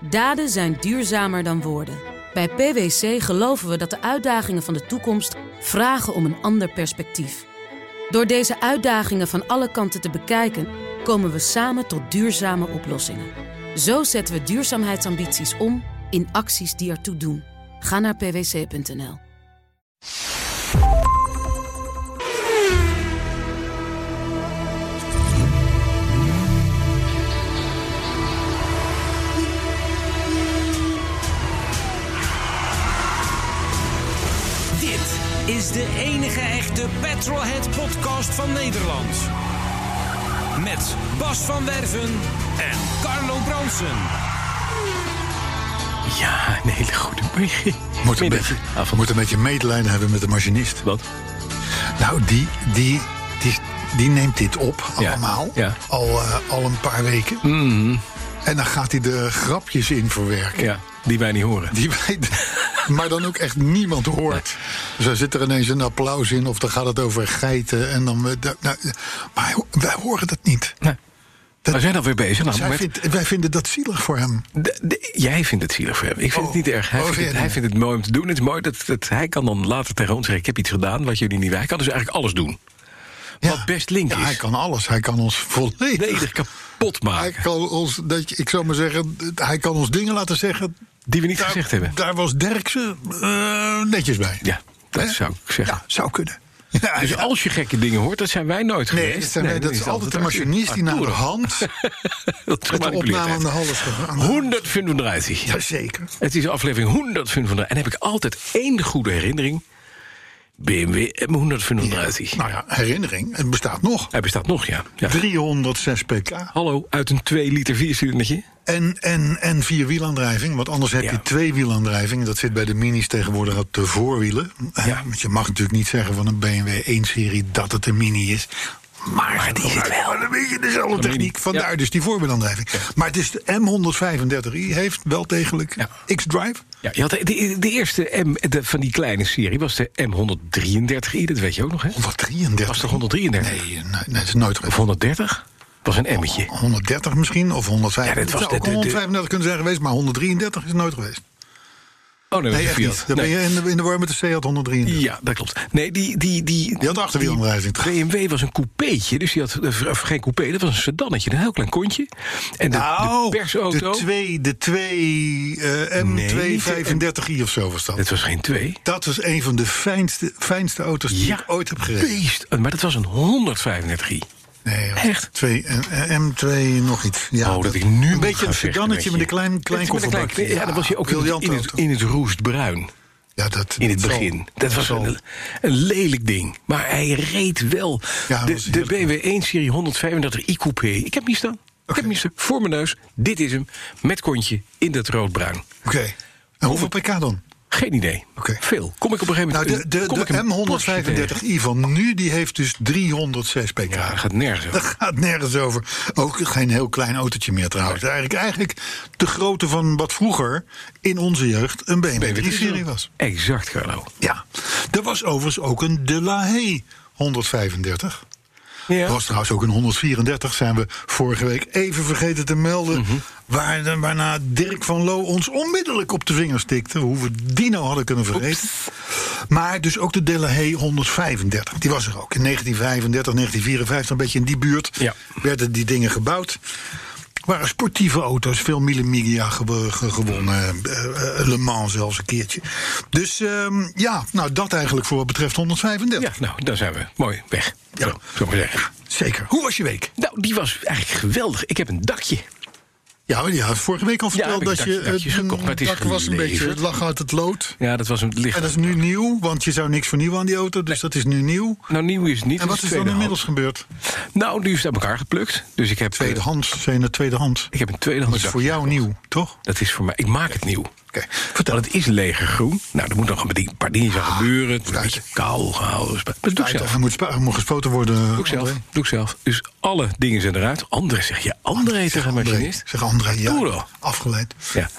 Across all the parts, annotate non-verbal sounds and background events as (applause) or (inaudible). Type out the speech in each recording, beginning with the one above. Daden zijn duurzamer dan woorden. Bij PwC geloven we dat de uitdagingen van de toekomst vragen om een ander perspectief. Door deze uitdagingen van alle kanten te bekijken, komen we samen tot duurzame oplossingen. Zo zetten we duurzaamheidsambities om in acties die ertoe doen. Ga naar pwc.nl. Dit is de enige echte Petrolhead podcast van Nederland. Met Bas van Werven en Carlo Bronsen. Ja, een hele goede begin. Ah, Moet een, beetje, Middagavond. moet een beetje medelijden hebben met de machinist. Wat? Nou, die, die, die, die neemt dit op Ja, allemaal. ja. Al, eh, al een paar weken. Mhm. En dan gaat hij de grapjes in verwerken. Ja, die wij niet horen. Die wij, (laughs) maar dan ook echt niemand hoort. Zo zit er ineens een applaus in. Of dan gaat het over geiten. En dan, eh, da- nou, maar wij horen dat niet. Nee. we zijn alweer bezig. Nou, Zij met- vindt- wij vinden dat zielig voor hem. de- de- jij vindt het zielig voor hem. Ik vind Oh. het niet erg. Hij, Oh, vindt het, vind je hij het? vindt het mooi om te doen. Het is mooi dat, dat hij kan dan later tegen ons zeggen... ik heb iets gedaan wat jullie niet... Hij kan dus eigenlijk alles doen. Ja. Wat best link Ja, is. hij kan alles. Hij kan ons volledig Volledig kapot Hij maken. kan ons, dat, je- ik zou maar zeggen, hij kan ons dingen laten zeggen. Die we niet Nou, gezegd hebben. Daar was Derksen eh, netjes bij. Ja, dat Hè? zou ik zeggen. Ja, zou kunnen. Ja, Dus ja. als je gekke dingen hoort, dat zijn wij nooit Nee, geweest. dat, zijn wij- dan dat is altijd de machinist die naar de Arturo. hand (laughs) Dat met de opname aan de hand is gegaan. 135. Jazeker. Het is aflevering 135. En heb ik altijd één goede herinnering. BMW M135. Nou ja, herinnering, het bestaat nog. Hij bestaat nog, ja. ja. 306 pk. Hallo, uit een 2 liter viercilindertje. En, en, en vierwielaandrijving, want anders heb Ja. je tweewielaandrijving. Dat zit bij de minis tegenwoordig op de voorwielen. Eh, Ja. Want je mag natuurlijk niet zeggen van een BMW 1-serie dat het een mini is. Maar, die zit wel een beetje dezelfde techniek. mini. Vandaar Ja. dus die voorwielaandrijving. Maar het is de M135i heeft wel degelijk Ja. X-Drive. Ja, je had de, de, de eerste M, de- van die kleine serie was de M133i. Dat weet je ook nog, hè? 133. Was toch 133? Nee, Oh, nee, nee, dat is nooit Of geweest. 130 was een M'tje. 130 misschien, of 135. Ja, dit was Het zou de- ook de- de- 135 kunnen zijn geweest, maar 133 is nooit geweest. Oh, nee, dat Nee, is echt een niet. Fiat. Dan ben Nee. je in de, in de war met de Seat 133. Ja, dat klopt. Nee, die... Die, die, Die had een achterwielaandrijving. BMW was een coupeetje, dus die had eh, of geen coupé, dat was een sedannetje, een heel klein kontje. En de, Nou, de persauto. De 2, de eh, 2 M235i of zo was dat. Het was geen twee. Dat was een van de fijnste, fijnste auto's die ik ooit heb gereden. Beest. Maar dat was een 135i. Nee, dat was Echt? Twee, eh, M2 nog iets. Ja, Oh, dat ik nu Een moet beetje gaan vechten een met je. sedannetje met een klein, klein Met een kofferbakje. Ja, dan was je ook in het, briljant in, het, auto. in het roestbruin ja, dat, in het dat zal- begin. Dat was zal- een, een lelijk ding. Maar hij reed wel. Ja, dat was de, de heerlijk. BMW 1 Serie 135 i coupé. Ik heb hem hier staan. Ik heb hem hier staan. Voor mijn neus. Dit is hem. Met kontje in dat roodbruin. Oké. En hoeveel pk dan? Geen idee. Oké. Veel. Kom ik op een gegeven Nou, moment... de, de, kom ik een Porsche tegen? de M135i van nu, die heeft dus 306 pk. Ja, dat gaat nergens over. Dat (laughs) gaat nergens over. Ook geen heel klein autootje meer trouwens. Eigenlijk, eigenlijk de grootte van wat vroeger in onze jeugd een BMW 3-serie was. Exact, Carlo. Ja. Er was overigens ook een De La Haye 135. Er was trouwens ook een 134, zijn we vorige week even vergeten te melden. Mhm. waar, waarna Dirk van Loo ons onmiddellijk op de vingers tikte. Hoe we die nou hadden kunnen vergeten. Maar dus ook de De La Haye 135, die was er ook. In 1935, 1954, een beetje in die buurt Ja. werden die dingen gebouwd. Waren sportieve auto's, veel Mille Miglia ge- ge- gewonnen, eh, eh, Le Mans zelfs een keertje. Dus ehm, ja, nou dat eigenlijk voor wat betreft 135. Ja, nou, daar zijn we. Mooi, weg. Ja. Zo, zo maar zeggen. Zeker. Hoe was je week? Nou, die was eigenlijk geweldig. Ik heb een dakje. Ja, maar je had vorige week al verteld heb ik dat dakje- je dakjes eh, gekocht, maar het is dak was een geleverd. beetje het lag uit het lood. Ja, dat was een licht. En dat is nu nieuw, want je zou niks vernieuwen aan die auto, dus dat is nu nieuw. Nou, nieuw is het niet. En het wat is dan tweedehand. inmiddels gebeurd? Nou, nu is het uit elkaar geplukt. Dus ik heb, eh, Tweedehands, zijn het tweedehands. ik heb een Dat tweedehands is dakje. voor jou nieuw, toch? Dat is voor mij. Ik maak het nieuw. Oké, Want vertel het. het is legergroen. Nou, er moet nog een die- paar dingen aan Ah, gebeuren. Het wordt een uit. beetje kaal gehouden. Dus- Maar dat doe ik zelf. Hij moet, spa- hij moet gespoten worden. Doe ik zelf. André. Doe ik zelf. Dus alle dingen zijn eruit. André, zeg je André tegen een Ah, André, machinist? Zeg André, ja. Arturo. Afgeleid. Ja.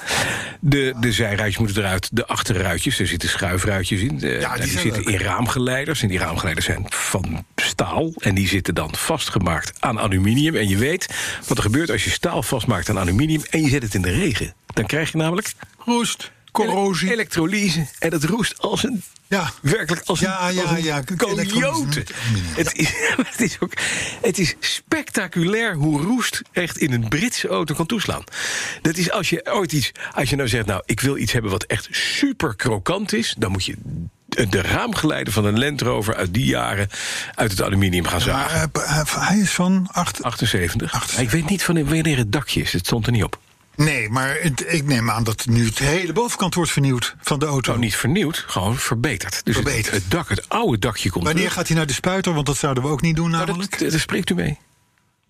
De, de zijruitjes moeten eruit. De achterruitjes, er zitten schuifruitjes in. De- nou, die, zijn zitten leuk. in raamgeleiders. En die raamgeleiders zijn van staal. En die zitten dan vastgemaakt aan aluminium. En je weet wat er gebeurt als je staal vastmaakt aan aluminium... en je zet het in de regen. Dan krijg je namelijk... Roest, Corrosie. corrosie. Elektrolyse. En het roest als een. Ja. Werkelijk als Ja, een, ja, als een ja, k- coyote. elektrolyse. Het is, (laughs) het, is ook, het is spectaculair hoe roest echt in een Britse auto kan toeslaan. Dat is als je ooit iets. Als je nou zegt, nou, ik wil iets hebben wat echt super krokant is. dan moet je de- de raamgeleider van een Land Rover uit die jaren. uit het aluminium gaan maar zagen. eh, p- eh, hij is van acht. 78. Maar Ik weet niet van wanneer het dakje is. Het stond er niet op. Nee, maar het- ik neem aan dat nu het hele bovenkant wordt vernieuwd van de auto. Nou, niet vernieuwd, gewoon verbeterd. Dus het- Oh. Verbeterd. Het, dak, het oude dakje komt Wanneer terug. gaat hij naar de spuiter? Want dat zouden we ook niet doen Nou, namelijk. dat, dat- daar spreekt u mee.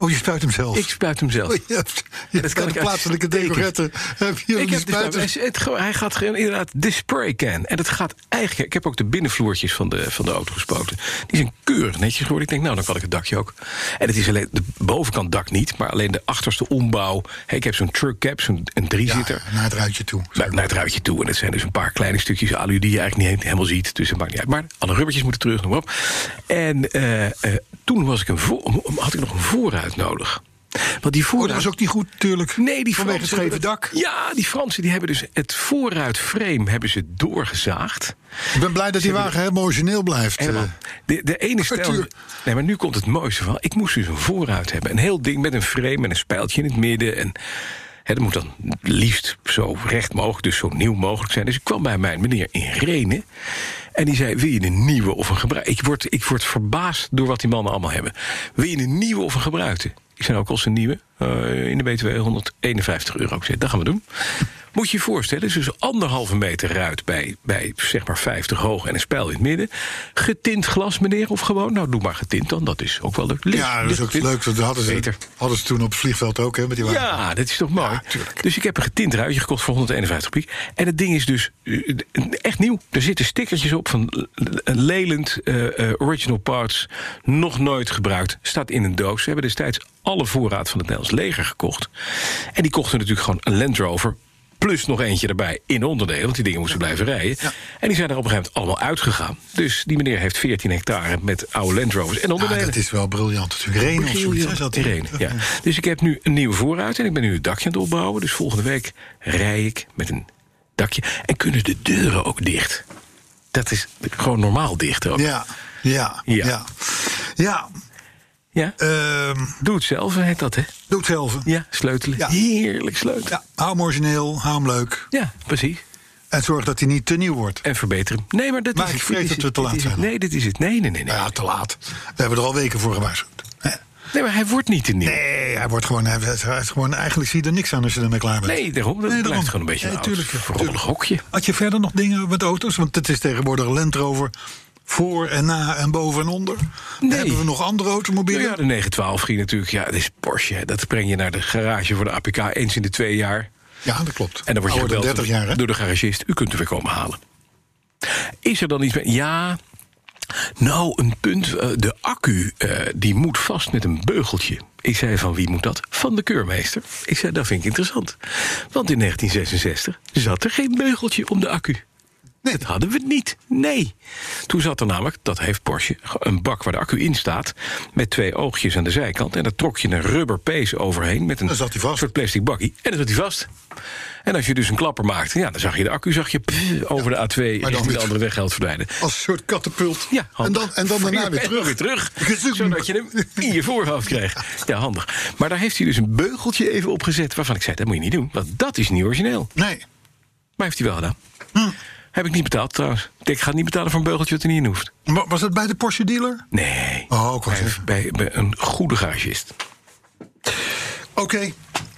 Oh, je spuit hem zelf. Ik spuit hem zelf. Oh, je hebt, (laughs) je hebt kan bij de ik plaatselijke uitstekend. decoretten heb je ik die heb dus nou- spuiter. het, het, gewoon- hij gaat gewoon inderdaad de spray can. En dat gaat eigenlijk... Ik heb ook de binnenvloertjes van de, van de auto gespoten. Die zijn keurig netjes geworden. Ik denk, nou, dan kan ik het dakje ook. En het is alleen de bovenkant dak niet, maar alleen de achterste ombouw. Hey, ik heb zo'n truck cap, zo'n een drieziter. Ja, naar het ruitje toe. Oh, Naar, naar het ruitje toe. En het zijn dus een paar kleine stukjes alu die je eigenlijk niet helemaal ziet. Dus dat maakt niet uit. Maar alle rubbertjes moeten terug, noem maar op. En eh, eh, toen was ik een voor, had ik nog een voorruit nodig. Want die Oh, voorruit... dat was ook niet goed, natuurlijk. Nee, die Vanwege Fransen het scheve hebben dak. dat- Ja, die Fransen die hebben dus het voorruitframe hebben ze doorgezaagd. Ik ben blij dat die wagen helemaal origineel blijft. Helemaal. eh. De, de ene stel. Arthur. Nee, maar nu komt het mooiste van. Ik moest dus een voorruit hebben. Een heel ding met een frame en een spijltje in het midden. En hè, dat moet dan liefst zo recht mogelijk, dus zo nieuw mogelijk zijn. Dus ik kwam bij mijn meneer in Renen. En die zei: Wil je een nieuwe of een gebruikte? Ik word, ik word verbaasd door wat die mannen allemaal hebben. Wil je een nieuwe of een gebruikte? Ik zei: ook als een nieuwe. eh, in de BTW 151 euro. Ik zei: Dat gaan we doen. Moet je je voorstellen, is dus anderhalve meter ruit bij, bij zeg maar 50 hoog en een spijl in het midden. Getint glas, meneer, of gewoon? Nou, doe maar getint dan, dat is ook wel leuk. Licht, Ja, dat is licht, ook licht. leuk. Dat hadden ze, Beter. hadden ze toen op het vliegveld ook, hè, met die wagen. Ah, Ja, Ah, dat is toch mooi? dus ik heb een getint ruitje gekocht voor 151 piek. En het ding is dus eh, echt nieuw. Er zitten stickertjes op van eh, Leland eh, eh, Original Parts. Nog nooit gebruikt. Staat in een doos. Ze hebben destijds alle voorraad van het Nederlands leger gekocht. En die kochten natuurlijk gewoon een Land Rover. Plus nog eentje erbij in onderdelen, want die dingen moesten blijven rijden. En die zijn er op een gegeven moment allemaal uitgegaan. Dus die meneer heeft 14 hectare met oude Land Rovers en Ah, onderdelen. dat is wel briljant natuurlijk. Renault of zoiets, hè, zat hij. Irene, ja. Dus ik heb nu een nieuwe voorruit en ik ben nu het dakje aan het opbouwen. Dus volgende week rij ik met een dakje. En kunnen de deuren ook dicht? Dat is gewoon normaal dicht ook. (laughs) Ja, ja, Ja. ja. Ja, Ja? ehm, Doe het zelf, heet dat, hè? doe het zelf. Ja. Ja, sleutelen. Ja. Heerlijk sleutelen. hou hem origineel, hou hem leuk. Ja, precies. En zorg dat hij niet te nieuw wordt. En verbeteren. Nee, maar dat Maar is ik het. vrees Dit is dat we het. te Dit laat is het. zijn. Nee, dit is het. Nee, nee, nee. Nee, Nou ja, te laat. We hebben er al weken voor gewaarschuwd. Hè? nee maar hij wordt niet te nieuw. Nee, hij wordt gewoon, hij, hij is gewoon... Eigenlijk zie je er niks aan als je ermee klaar bent. Nee, daarom. Dat Nee, blijft daarom. gewoon een beetje Nee, een oud, tuurlijk, ja, verrommelig tuurlijk. hokje. Had je verder nog dingen met auto's? Want het is tegenwoordig een Land Rover voor en na en boven en onder. Nee. Hebben we nog andere automobielen? Nou ja, de 912 ging natuurlijk. Ja, dat is Porsche. hè. Dat breng je naar de garage voor de APK eens in de twee jaar. Ja, Oh, dat klopt. En dan word je Ouder gebeld dan 30 jaar, hè? door de garagist. U kunt er weer komen halen. Is er dan iets mee? Ja. Nou, een punt. eh, De accu eh, die moet vast met een beugeltje. Ik zei van wie moet dat? Van de keurmeester. Ik zei dat vind ik interessant. Want in 1966 zat er geen beugeltje om de accu. Nee. Dat hadden we niet. Nee. Toen zat er namelijk, dat heeft Porsche, een bak waar de accu in staat. Met twee oogjes aan de zijkant. En daar trok je een rubber pees overheen. Met een Dan zat hij vast. soort plastic bakkie. En dan zat hij vast. En als je dus een klapper maakte, ja, dan zag je de accu zag je, pff, over de A2 dan richting weer- de andere weg geld verdwijnen. Als een soort katapult. Ja, en handig. dan, en dan daarna weer En terug. Weer terug Gezoek. zodat je hem in je voorhoofd kreeg. Ja, handig. Maar daar heeft hij dus een beugeltje even opgezet... waarvan ik zei, dat moet je niet doen, want dat is niet origineel. Nee. Maar heeft hij wel gedaan. Hm. Heb ik niet betaald trouwens. Ik denk, ik ga niet betalen voor een beugeltje wat er niet in hoeft. Maar was dat bij de Porsche dealer? Nee, Oh, ik wou bij, zeggen. bij, bij een goede garagist. Oké.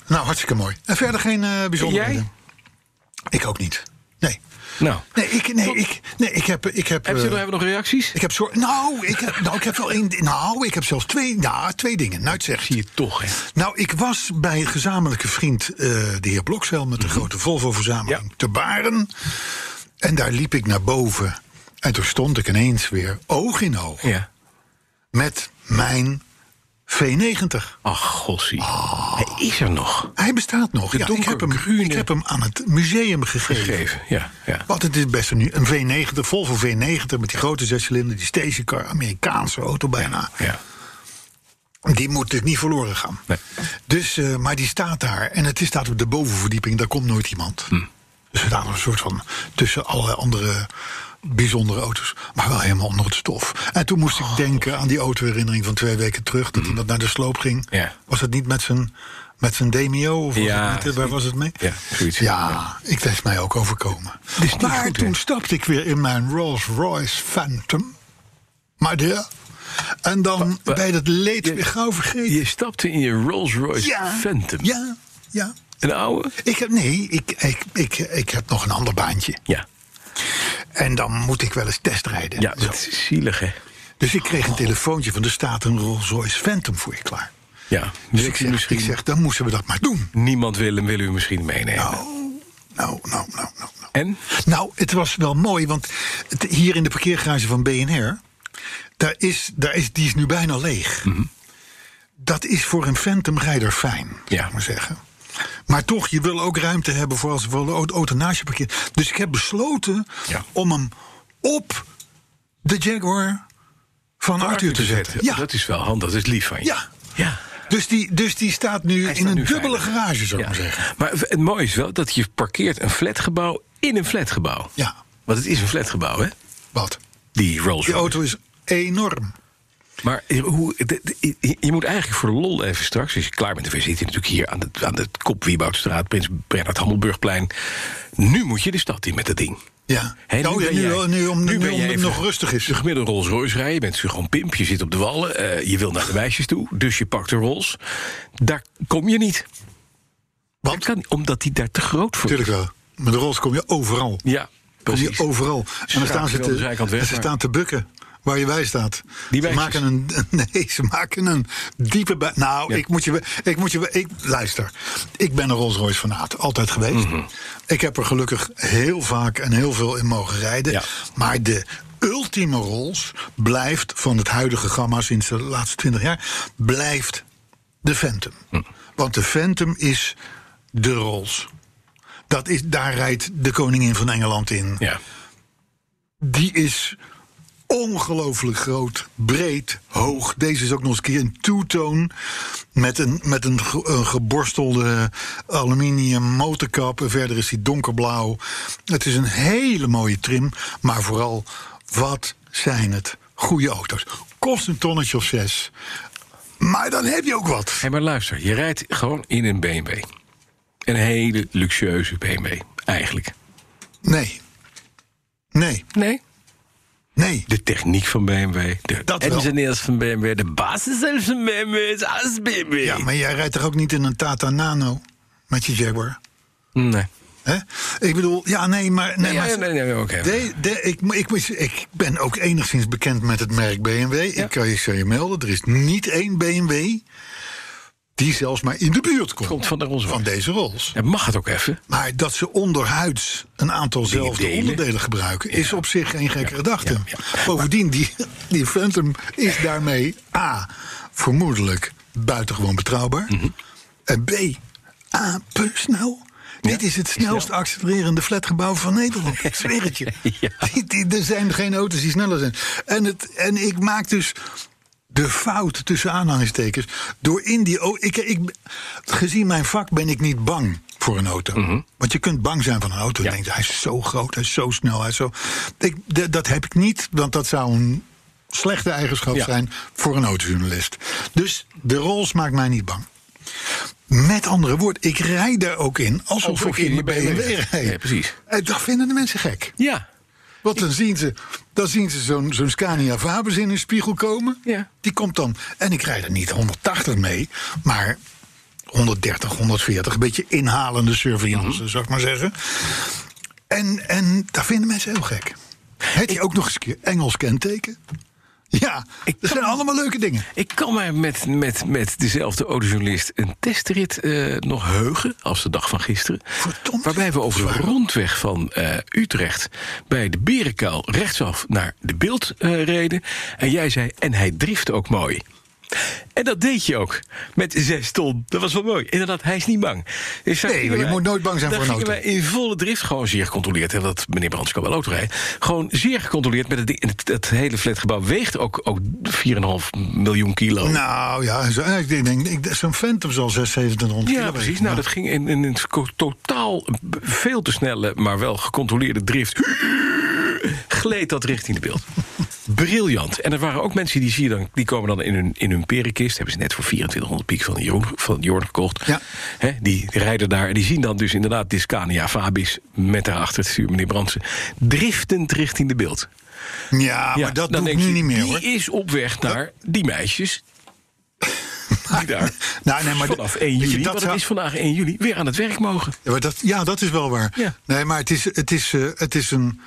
Nou, hartstikke mooi. En verder geen eh bijzonderheden. jij? Ik ook niet. Nee. Nou, Nee, ik, nee, ik, nee, ik heb... Ik heb, heb je eh, nog, hebben we nog reacties? ik heb zo, nou, ik heb, nou, ik heb wel één. di- Nou, ik heb zelfs twee. Ja, twee dingen. Nou, het zegt. Zie je toch, hè? Nou, ik was bij een gezamenlijke vriend, eh, de heer Bloksel, met de grote Volvo-verzameling Mhm. Ja. te Baren. En daar liep ik naar boven. En toen stond ik ineens weer oog in oog Ja. met mijn V90. Ach, gossie. Hij is er nog. Hij bestaat nog. De Ja, ik, heb hem, donkergroene- ik heb hem aan het museum gegeven. Gegeven, ja. ja. Want het is best een, een V90, Volvo V90 met die grote zescilinder, die stationcar, Amerikaanse auto bijna. ja. Die moet natuurlijk niet verloren gaan. Nee. Dus, eh, maar die staat daar. En het is- staat op de bovenverdieping, daar komt nooit iemand. Hm. Dus daar een soort van tussen allerlei andere bijzondere auto's. Maar wel helemaal onder het stof. En toen moest Oh. ik denken aan die autoherinnering van twee weken terug. Dat iemand naar de sloop ging. Hm. Ja. Was het niet met zijn, met zijn Demio? Of was Ja, het niet, eh, waar was het mee? Ja, zoiets. Ja, ik dat is mij ook overkomen. is niet maar goed, hè? toen stapte ik weer in mijn Rolls Royce Phantom. Maar de. En dan wa- bij dat leed je- weer gauw vergeten. Je stapte in je Rolls Royce ja, Phantom. Ja, ja. Een oude? Ik heb, nee, ik, ik, ik, ik heb nog een ander baantje. Ja. En dan moet ik wel eens testrijden. Ja, Zo. dat is zielig, hè? Dus ik kreeg een telefoontje van de staat een Rolls Royce Phantom voor je klaar. Ja. Dus Wil ik u zeg, misschien... ik zeg, dan moesten we dat maar doen. Niemand wil hem, wil u misschien meenemen. Nou, nou, nou, nou, nou. En? Nou, het was wel mooi, want het- hier in de parkeergarage van BNR, daar is, daar is, die is nu bijna leeg. Mhm. Dat is voor een Phantom-rijder fijn, Ja. zou ik maar zeggen. Maar toch, je wil ook ruimte hebben voor als voor de au- auto naast je parkeert. Dus ik heb besloten Ja. om hem op de Jaguar van Arthur te zetten. Ja, Dat is wel handig, dat is lief van je. ja. Ja. Dus, die, dus die staat nu Hij in staat een nu dubbele veilig. garage, zou ik Ja. maar zeggen. Maar het mooie is wel dat je parkeert een flatgebouw in een flatgebouw. Ja, Want het is een flatgebouw, hè? wat? Die Rolls Die Royce. auto is enorm. Maar eh, hoe, de- de- je- je moet eigenlijk voor de lol even straks, als je klaar bent, we zitten natuurlijk hier aan de, aan de kop Wieboudstraat, Prins Bernhard Hammelburgplein. Nu moet je de stad in met dat ding. Ja. Hé, nou, ja, ben nu, jij- wel- nu, om, nu, ben om jij het even- nog rustig is. De gemiddelde Rolls Royce rijden, je bent natuurlijk gewoon pimp, je zit op de wallen, eh, je wil naar de meisjes toe, dus je pakt de Rolls. Daar kom je niet. Want? Dat kan niet, omdat die daar te groot voor Natuurlijk wel. Met de Rolls kom je overal. is. Ja, Kom je precies. overal. En dan raken staan ze wel de te, zijkant weg, en ze maar- staan te bukken. Waar je bij staat. Die ze wijsjes. maken een, (laughs) nee, ze maken een diepe bij. Nou, Ja. ik moet je, we- ik moet je, we- ik luister. Ik ben een Rolls Royce fanaat, altijd geweest. Mhm. Ik heb er gelukkig heel vaak en heel veel in mogen rijden. Ja. Maar de ultieme Rolls blijft van het huidige gamma sinds de laatste 20 jaar blijft de Phantom. Want de Phantom is de Rolls. Dat is, daar rijdt de koningin van Engeland in. Ja. Die is ongelooflijk groot, breed, hoog. Deze is ook nog eens een keer een two-tone. Met een, met een, ge- een geborstelde aluminium motorkap. En verder is die donkerblauw. Het is een hele mooie trim. Maar vooral, wat zijn het goede auto's? Kost een tonnetje of zes. Maar dan heb je ook wat. Hé, maar luister, je rijdt gewoon in een BMW. Een hele luxueuze BMW, eigenlijk. Nee. Nee. Nee. Nee. De techniek van BMW, de Dat wel. engineers van BMW, de basis zelfs van BMW, is alles BMW. Ja, maar jij rijdt toch ook niet in een Tata Nano met je Jaguar? Nee. Hè? Ik bedoel, ja, nee, maar... Nee, Ja, maar ja, nee, nee, oké. De- de- ik, mo- ik, moest- ik ben ook enigszins bekend met het merk BMW. Ik kan je, zou je melden, er is niet één BMW die zelfs maar in de buurt komt, Komt van de Rolls van Royce. deze Rolls. Ja, mag het ook even. Maar dat ze onderhuids een aantal zelfde delen. onderdelen gebruiken... is op zich geen gekke gedachte. ja, ja. Bovendien, die, die Phantom is daarmee A, vermoedelijk buitengewoon betrouwbaar... Mhm. en B, apensnel. Dit is het snelst accelererende flatgebouw van Nederland. Ik zweer het je. (laughs) Ja. Die- die- er zijn geen auto's die sneller zijn. En, het, en ik maak dus de fout tussen aanhalingstekens. Door in die. au- Ik, ik, gezien mijn vak ben ik niet bang voor een auto. Mhm. Want je kunt bang zijn van een auto. Je denkt, hij is zo groot, hij is zo snel. Hij is zo... Ik, d- dat heb ik niet, want dat zou een slechte eigenschap Ja. zijn voor een autojournalist. Dus de Rolls maakt mij niet bang. Met andere woorden, ik rijd daar ook in alsof, Alsof ik in je mijn in je BMW BMW rijd. Ja, precies. En dat vinden de mensen gek. Ja. Want dan zien ze, dan zien ze zo'n zo'n Scania Fabus in een spiegel komen. Ja. Die komt dan. En ik rijd er niet 180 mee, maar 130, 140. Een beetje inhalende surveillance, Mhm. zou ik maar zeggen. En, en dat vinden mensen heel gek. Heb je ook nog eens een keer Engels kenteken? Ja, Ik dat zijn kan- allemaal leuke dingen. Ik kan mij met, met, met dezelfde autojournalist een testrit eh, nog heugen, als de dag van gisteren. Verdomd. Waarbij we over de rondweg van eh, Utrecht bij de Berenkuil rechtsaf naar de Beeld eh, reden. En jij zei, en hij drift ook mooi. En dat deed je ook. Met zes ton. Dat was wel mooi. Inderdaad, hij is niet bang. Dus daar Nee, gingen je moet nooit bang zijn daar voor een gingen auto. wij in volle drift gewoon zeer gecontroleerd. En dat meneer Brands kan wel auto rijden. Gewoon zeer gecontroleerd. Met het, ding. En het, het hele flatgebouw weegt ook, ook 4,5 miljoen kilo. Nou ja, zo- ik denk, ik, zo'n Phantom zal 6, 700 ja, precies. Nou, dat ging in, in een ko- totaal b- veel te snelle, maar wel gecontroleerde drift. Gleed dat richting de beeld. Briljant. En er waren ook mensen die zie je dan, die komen dan in hun, in hun perenkist. Hebben ze net voor 2400 piek van Jorn, van Jorn gekocht. Ja. Hè, die rijden daar en die zien dan dus inderdaad Discania Fabis met daarachter het stuur, meneer Brandsen. Driftend richting de beeld. Ja, Ah, maar Ja, dat dan doe denk ik nu je, niet meer hoor. Die is op weg naar die meisjes. Die (laughs) daar Nou, nee, maar d- vanaf 1 weet je, juli, dat want het zou- is vandaag 1 juli, weer aan het werk mogen. Ja, maar dat, ja, dat is wel waar. Ja. Nee, maar het is, het, is, eh, het is een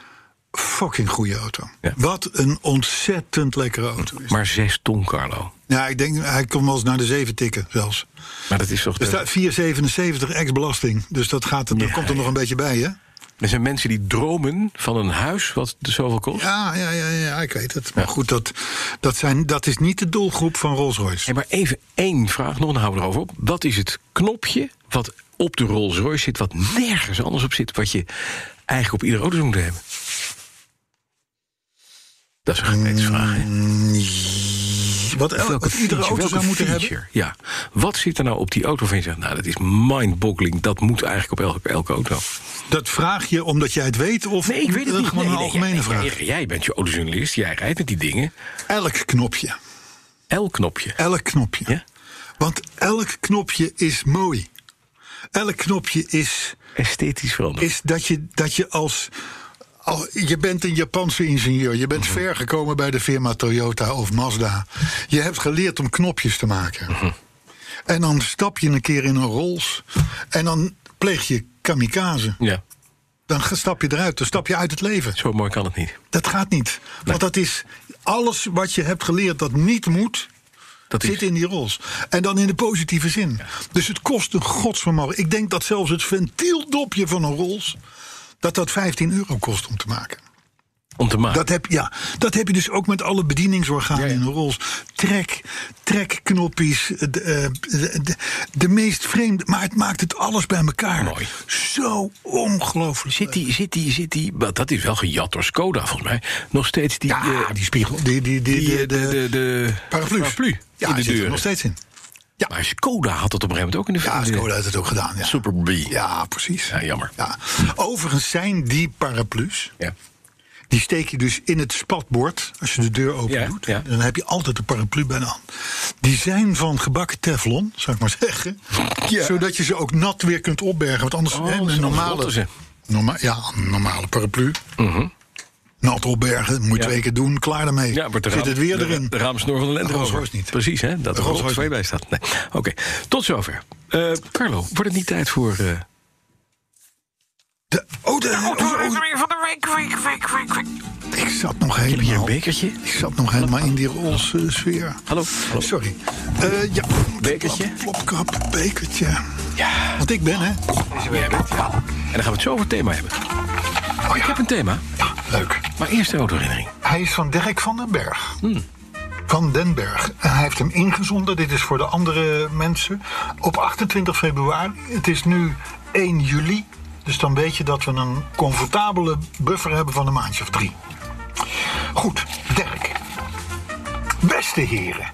fucking goede auto. Ja. Wat een ontzettend lekkere auto is. Maar 6 ton, Carlo. Ja, ik denk, hij komt wel eens naar de 7 tikken zelfs. Maar dat is toch... Er staat 4,77 ex-belasting. Dus dat, gaat, er- dat Ja, komt er nog ja. een beetje bij, hè? Er zijn mensen die dromen van een huis wat zoveel kost. Ja, ja, ja, ja ik weet het. Maar goed, dat, dat, zijn, dat is niet de doelgroep van Rolls-Royce. Hey, maar even één vraag nog, dan houden we erover op. Wat is het knopje wat op de Rolls Royce zit... wat nergens anders op zit, wat je eigenlijk op iedere auto zou moeten hebben? Dat is een gewetensvraag, hè? Wat, el- wat Mm, oh, feature, iedere auto welke zou moeten hebben. feature? Ja. Wat zit er nou op die auto van je zegt... nou, dat is mind-boggling, dat moet eigenlijk op elke, elke auto. Dat vraag je omdat jij het weet? Of Nee, ik weet het dat is niet. gewoon Nee, een nee, algemene jij- vraag. Jij, jij bent je autojournalist, jij rijdt met die dingen. Elk knopje. Elk knopje. Elk knopje. Ja? Want elk knopje is mooi. Elk knopje is, Esthetisch veranderd. is dat, je, dat je als, al- Je bent een Japanse ingenieur. Je bent ver gekomen bij de firma Toyota of Mazda. Je hebt geleerd om knopjes te maken. En dan stap je een keer in een Rolls. En dan pleeg je kamikaze. Ja, Dan ge- stap je eruit. Dan stap je uit het leven. zo mooi kan het niet. Dat gaat niet. Want dat is alles wat je hebt geleerd dat niet moet. Dat zit is, in die rols. En dan in de positieve zin. Dus het kost een godsvermogen. Ik denk dat zelfs het ventieldopje van een Rolls... dat dat 15 euro kost om te maken. om te maken. Dat heb, ja, dat heb je dus ook met alle bedieningsorganen in de Rolls. Trek, trekknopjes, de, eh, de, de- de meest vreemde... maar het maakt het alles bij elkaar. Mooi. Zo ongelooflijk. Zit die, zit die, zit die... maar Dat is wel gejat door Skoda, volgens mij. Nog steeds die... eh, spiegel. Die, die, die, die, de, eh, de, de, de paraplu's. Ja, in de die zit deur. er nog steeds in. Maar Skoda had dat op een gegeven moment ook in de... Ja, in de- Skoda heeft het ook gedaan. Ja. Super B. Ja, precies. Ja, jammer. Ja. Overigens zijn die paraplu's. Ja. Die steek je dus in het spatbord. Als je de deur open Ja, doet. ja. Dan heb je altijd een paraplu bij de hand. Die zijn van gebakken Teflon, zou ik maar zeggen. Zodat je ze ook nat weer kunt opbergen. Want anders Oh, hè, zo een normale, rotten ze. norma- ja, een normale paraplu. Nat opbergen, moet je Mhm. Ja. twee keer doen, klaar daarmee. Ja, wordt de Zit raam- het weer de- erin. De raamsnoer van de Land Rolls Rover. Royce niet. Precies, hè? Dat er Rolls Rolls Royce 2 bij staat. Nee. Oké, tot zover. Eh, Carlo, wordt het niet tijd voor... eh, De, oh, de, oh, oh, van de week, week, week, week, week. ik zat nog Heb je hier een helemaal... bekertje? Ik zat nog helemaal in die roze sfeer. Hallo? Hallo? Sorry. Eh, ja, Bekertje? Plopkap, bekertje. Ja. Want ik ben, hè? Jij bent, ja. En dan gaan we het zo over het thema hebben. Oh, Ik ja. heb een thema, Leuk. maar eerst de autoherinnering. Hij is van Dirk van den Berg. Van den Berg. En hij heeft hem ingezonden. Dit is voor de andere mensen. Op 28 februari. Het is nu 1 juli. Dus dan weet je dat we een comfortabele buffer hebben van een maandje of drie. Goed, Dirk. Beste heren.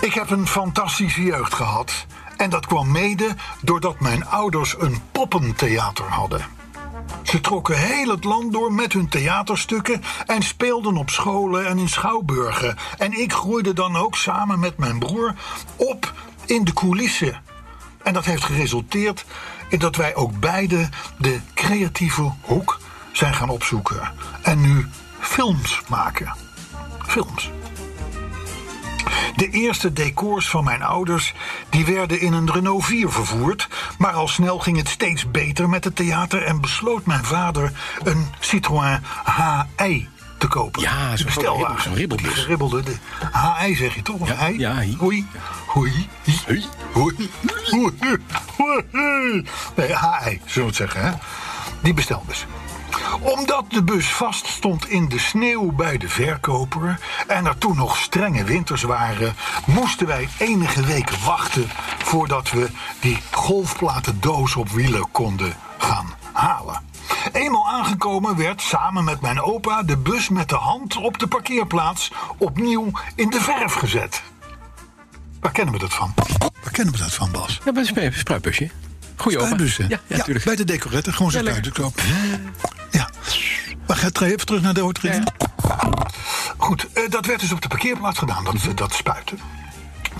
Ik heb een fantastische jeugd gehad. En dat kwam mede doordat mijn ouders een poppentheater hadden. Ze trokken heel het land door met hun theaterstukken en speelden op scholen en in schouwburgen. En ik groeide dan ook samen met mijn broer op in de coulissen. En dat heeft geresulteerd in dat wij ook beide de creatieve hoek zijn gaan opzoeken. En nu films maken. Films. De eerste decors van mijn ouders die werden in een Renault 4 vervoerd. Maar al snel ging het steeds beter met het theater en besloot mijn vader een Citroën HI te kopen. Ja, Die zo'n bestelwagen. ribbel- zo'n ribbelbus. Die geribbelde de HI zeg je toch? Of Ja, HI? ja, hi. Hoi. Hoi. hi. Hoi. Hoi. Hoi. Hoi. Nee, HI, zullen we het zeggen. Hè? Die bestelbus. Omdat de bus vaststond in de sneeuw bij de verkoper en er toen nog strenge winters waren, moesten wij enige weken wachten voordat we die golfplatendoos op wielen konden gaan halen. Eenmaal aangekomen werd samen met mijn opa de bus met de hand op de parkeerplaats opnieuw in de verf gezet. Waar kennen we dat van? Waar kennen we dat van, Bas? Ja, bij een spruitbusje. Goeie opa. Spuitbussen. Ja, ja, natuurlijk. bij de decoretten, gewoon zo'n Ja, ja, lekker. Ja. Maar ga tra- even terug naar de autorij. Goed, eh, dat werd dus op de parkeerplaats gedaan, dat, Mhm. dat spuiten.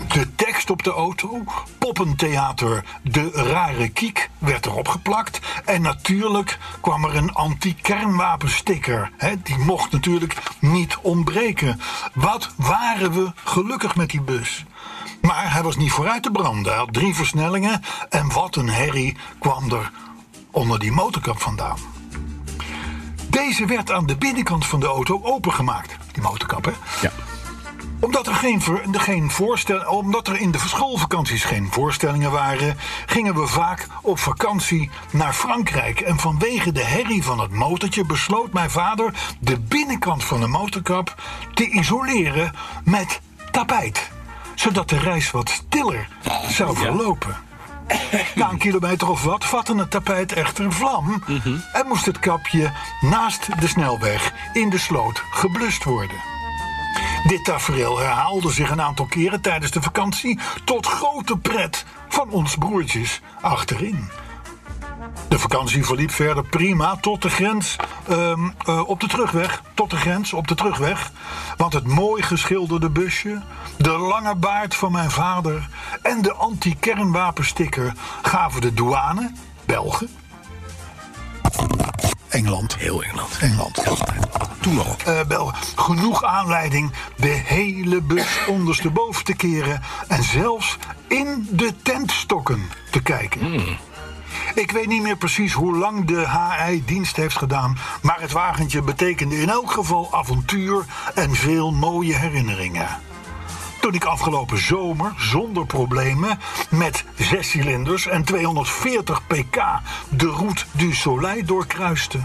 De tekst op de auto, poppentheater, de rare kiek werd erop geplakt. En natuurlijk kwam er een anti-kernwapensticker. hè, Die mocht natuurlijk niet ontbreken. Wat waren we gelukkig met die bus? Maar hij was niet vooruit te branden. Hij had drie versnellingen. En wat een herrie kwam er onder die motorkap vandaan. Deze werd aan de binnenkant van de auto opengemaakt. Die motorkap, hè? Ja. Omdat er, geen, ver- geen voorstel, omdat er in de schoolvakanties geen voorstellingen waren, gingen we vaak op vakantie naar Frankrijk. En vanwege de herrie van het motortje besloot mijn vader de binnenkant van de motorkap te isoleren met tapijt. Zodat de reis wat stiller zou verlopen. Na een kilometer of wat vatte het tapijt echter vlam en moest het kapje naast de snelweg in de sloot geblust worden. Dit tafereel herhaalde zich een aantal keren tijdens de vakantie tot grote pret van ons broertjes achterin. De vakantie verliep verder prima tot de grens ehm, eh, op de terugweg. Tot de grens op de terugweg. Want het mooi geschilderde busje, de lange baard van mijn vader en de anti-kernwapensticker gaven de douane, Belgen, Engeland. Heel Engeland. Engeland. Toen al. Eh, wel genoeg aanleiding de hele bus ondersteboven te keren en zelfs in de tentstokken te kijken. Ik weet niet meer precies hoe lang de HI dienst heeft gedaan, maar het wagentje betekende in elk geval avontuur en veel mooie herinneringen. Toen ik afgelopen zomer zonder problemen met zes cilinders en 240 pk de Route du Soleil doorkruiste,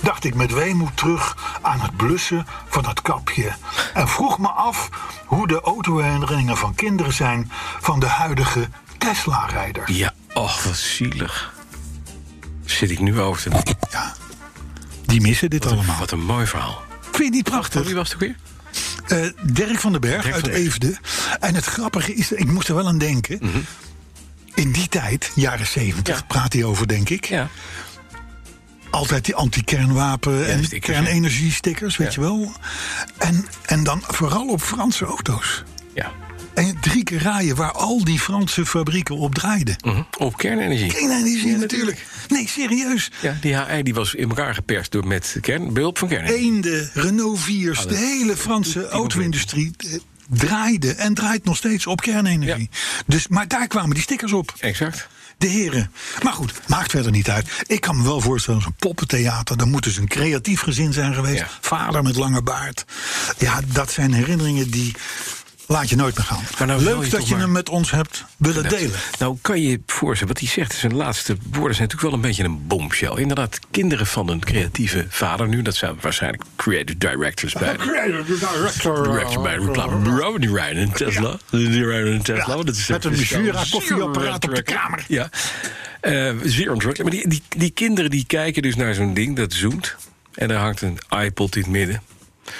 dacht ik met weemoed terug aan het blussen van het kapje en vroeg me af hoe de autoherinneringen van kinderen zijn van de huidige Tesla-rijders. Ja, och, wat zielig. Zit ik nu over te... Ja, die missen dit allemaal. Wat een mooi verhaal. Vind je het niet prachtig? Wie was het ook weer? Eh, Dirk van den Berg Dirk uit van den Berg. Mhm. Eefde. En het grappige is, ik moest er wel aan denken. In die tijd, jaren zeventig, Ja. praat hij over, denk ik. Ja. Altijd die anti-kernwapen en stickers, hè? kernenergie-stickers, weet Ja. je wel. En, en dan vooral op Franse auto's. Ja. En drie keer rijden waar al die Franse fabrieken op draaiden. Mhm. Op kernenergie. Kernenergie Ja, natuurlijk. Nee, serieus. Ja, die HI die was in elkaar geperst door met kern, behulp van kernenergie. Eenden, Renault 4's, Ah, de hele Franse auto-industrie eh, draaide en draait nog steeds op kernenergie. Dus, maar daar kwamen die stickers op, Exact. de heren. Maar goed, maakt verder niet uit. Ik kan me wel voorstellen, zo'n poppentheater, dan moet dus een creatief gezin zijn geweest. Ja. Vader met lange baard. Ja, dat zijn herinneringen die laat je nooit meer gaan. Maar nou wil Leuk je dat toch je maar- hem met ons hebt willen delen. Nou kan je voor ze, wat hij zegt, zijn laatste woorden zijn natuurlijk wel een beetje een bombshell. Inderdaad, kinderen van een creatieve vader nu, dat zijn waarschijnlijk creative directors bij. Directors bij een reclamebureau, die rijden een Tesla. Die rijden een Tesla. Ja, want dat is met een fiscaal Jura zeer koffieapparaat op de aantrekkelijk. kamer. Ja, Eh, zeer aantrekkelijk. Maar die, die, die kinderen die kijken dus naar zo'n ding, dat zoomt. En daar hangt een iPod in het midden.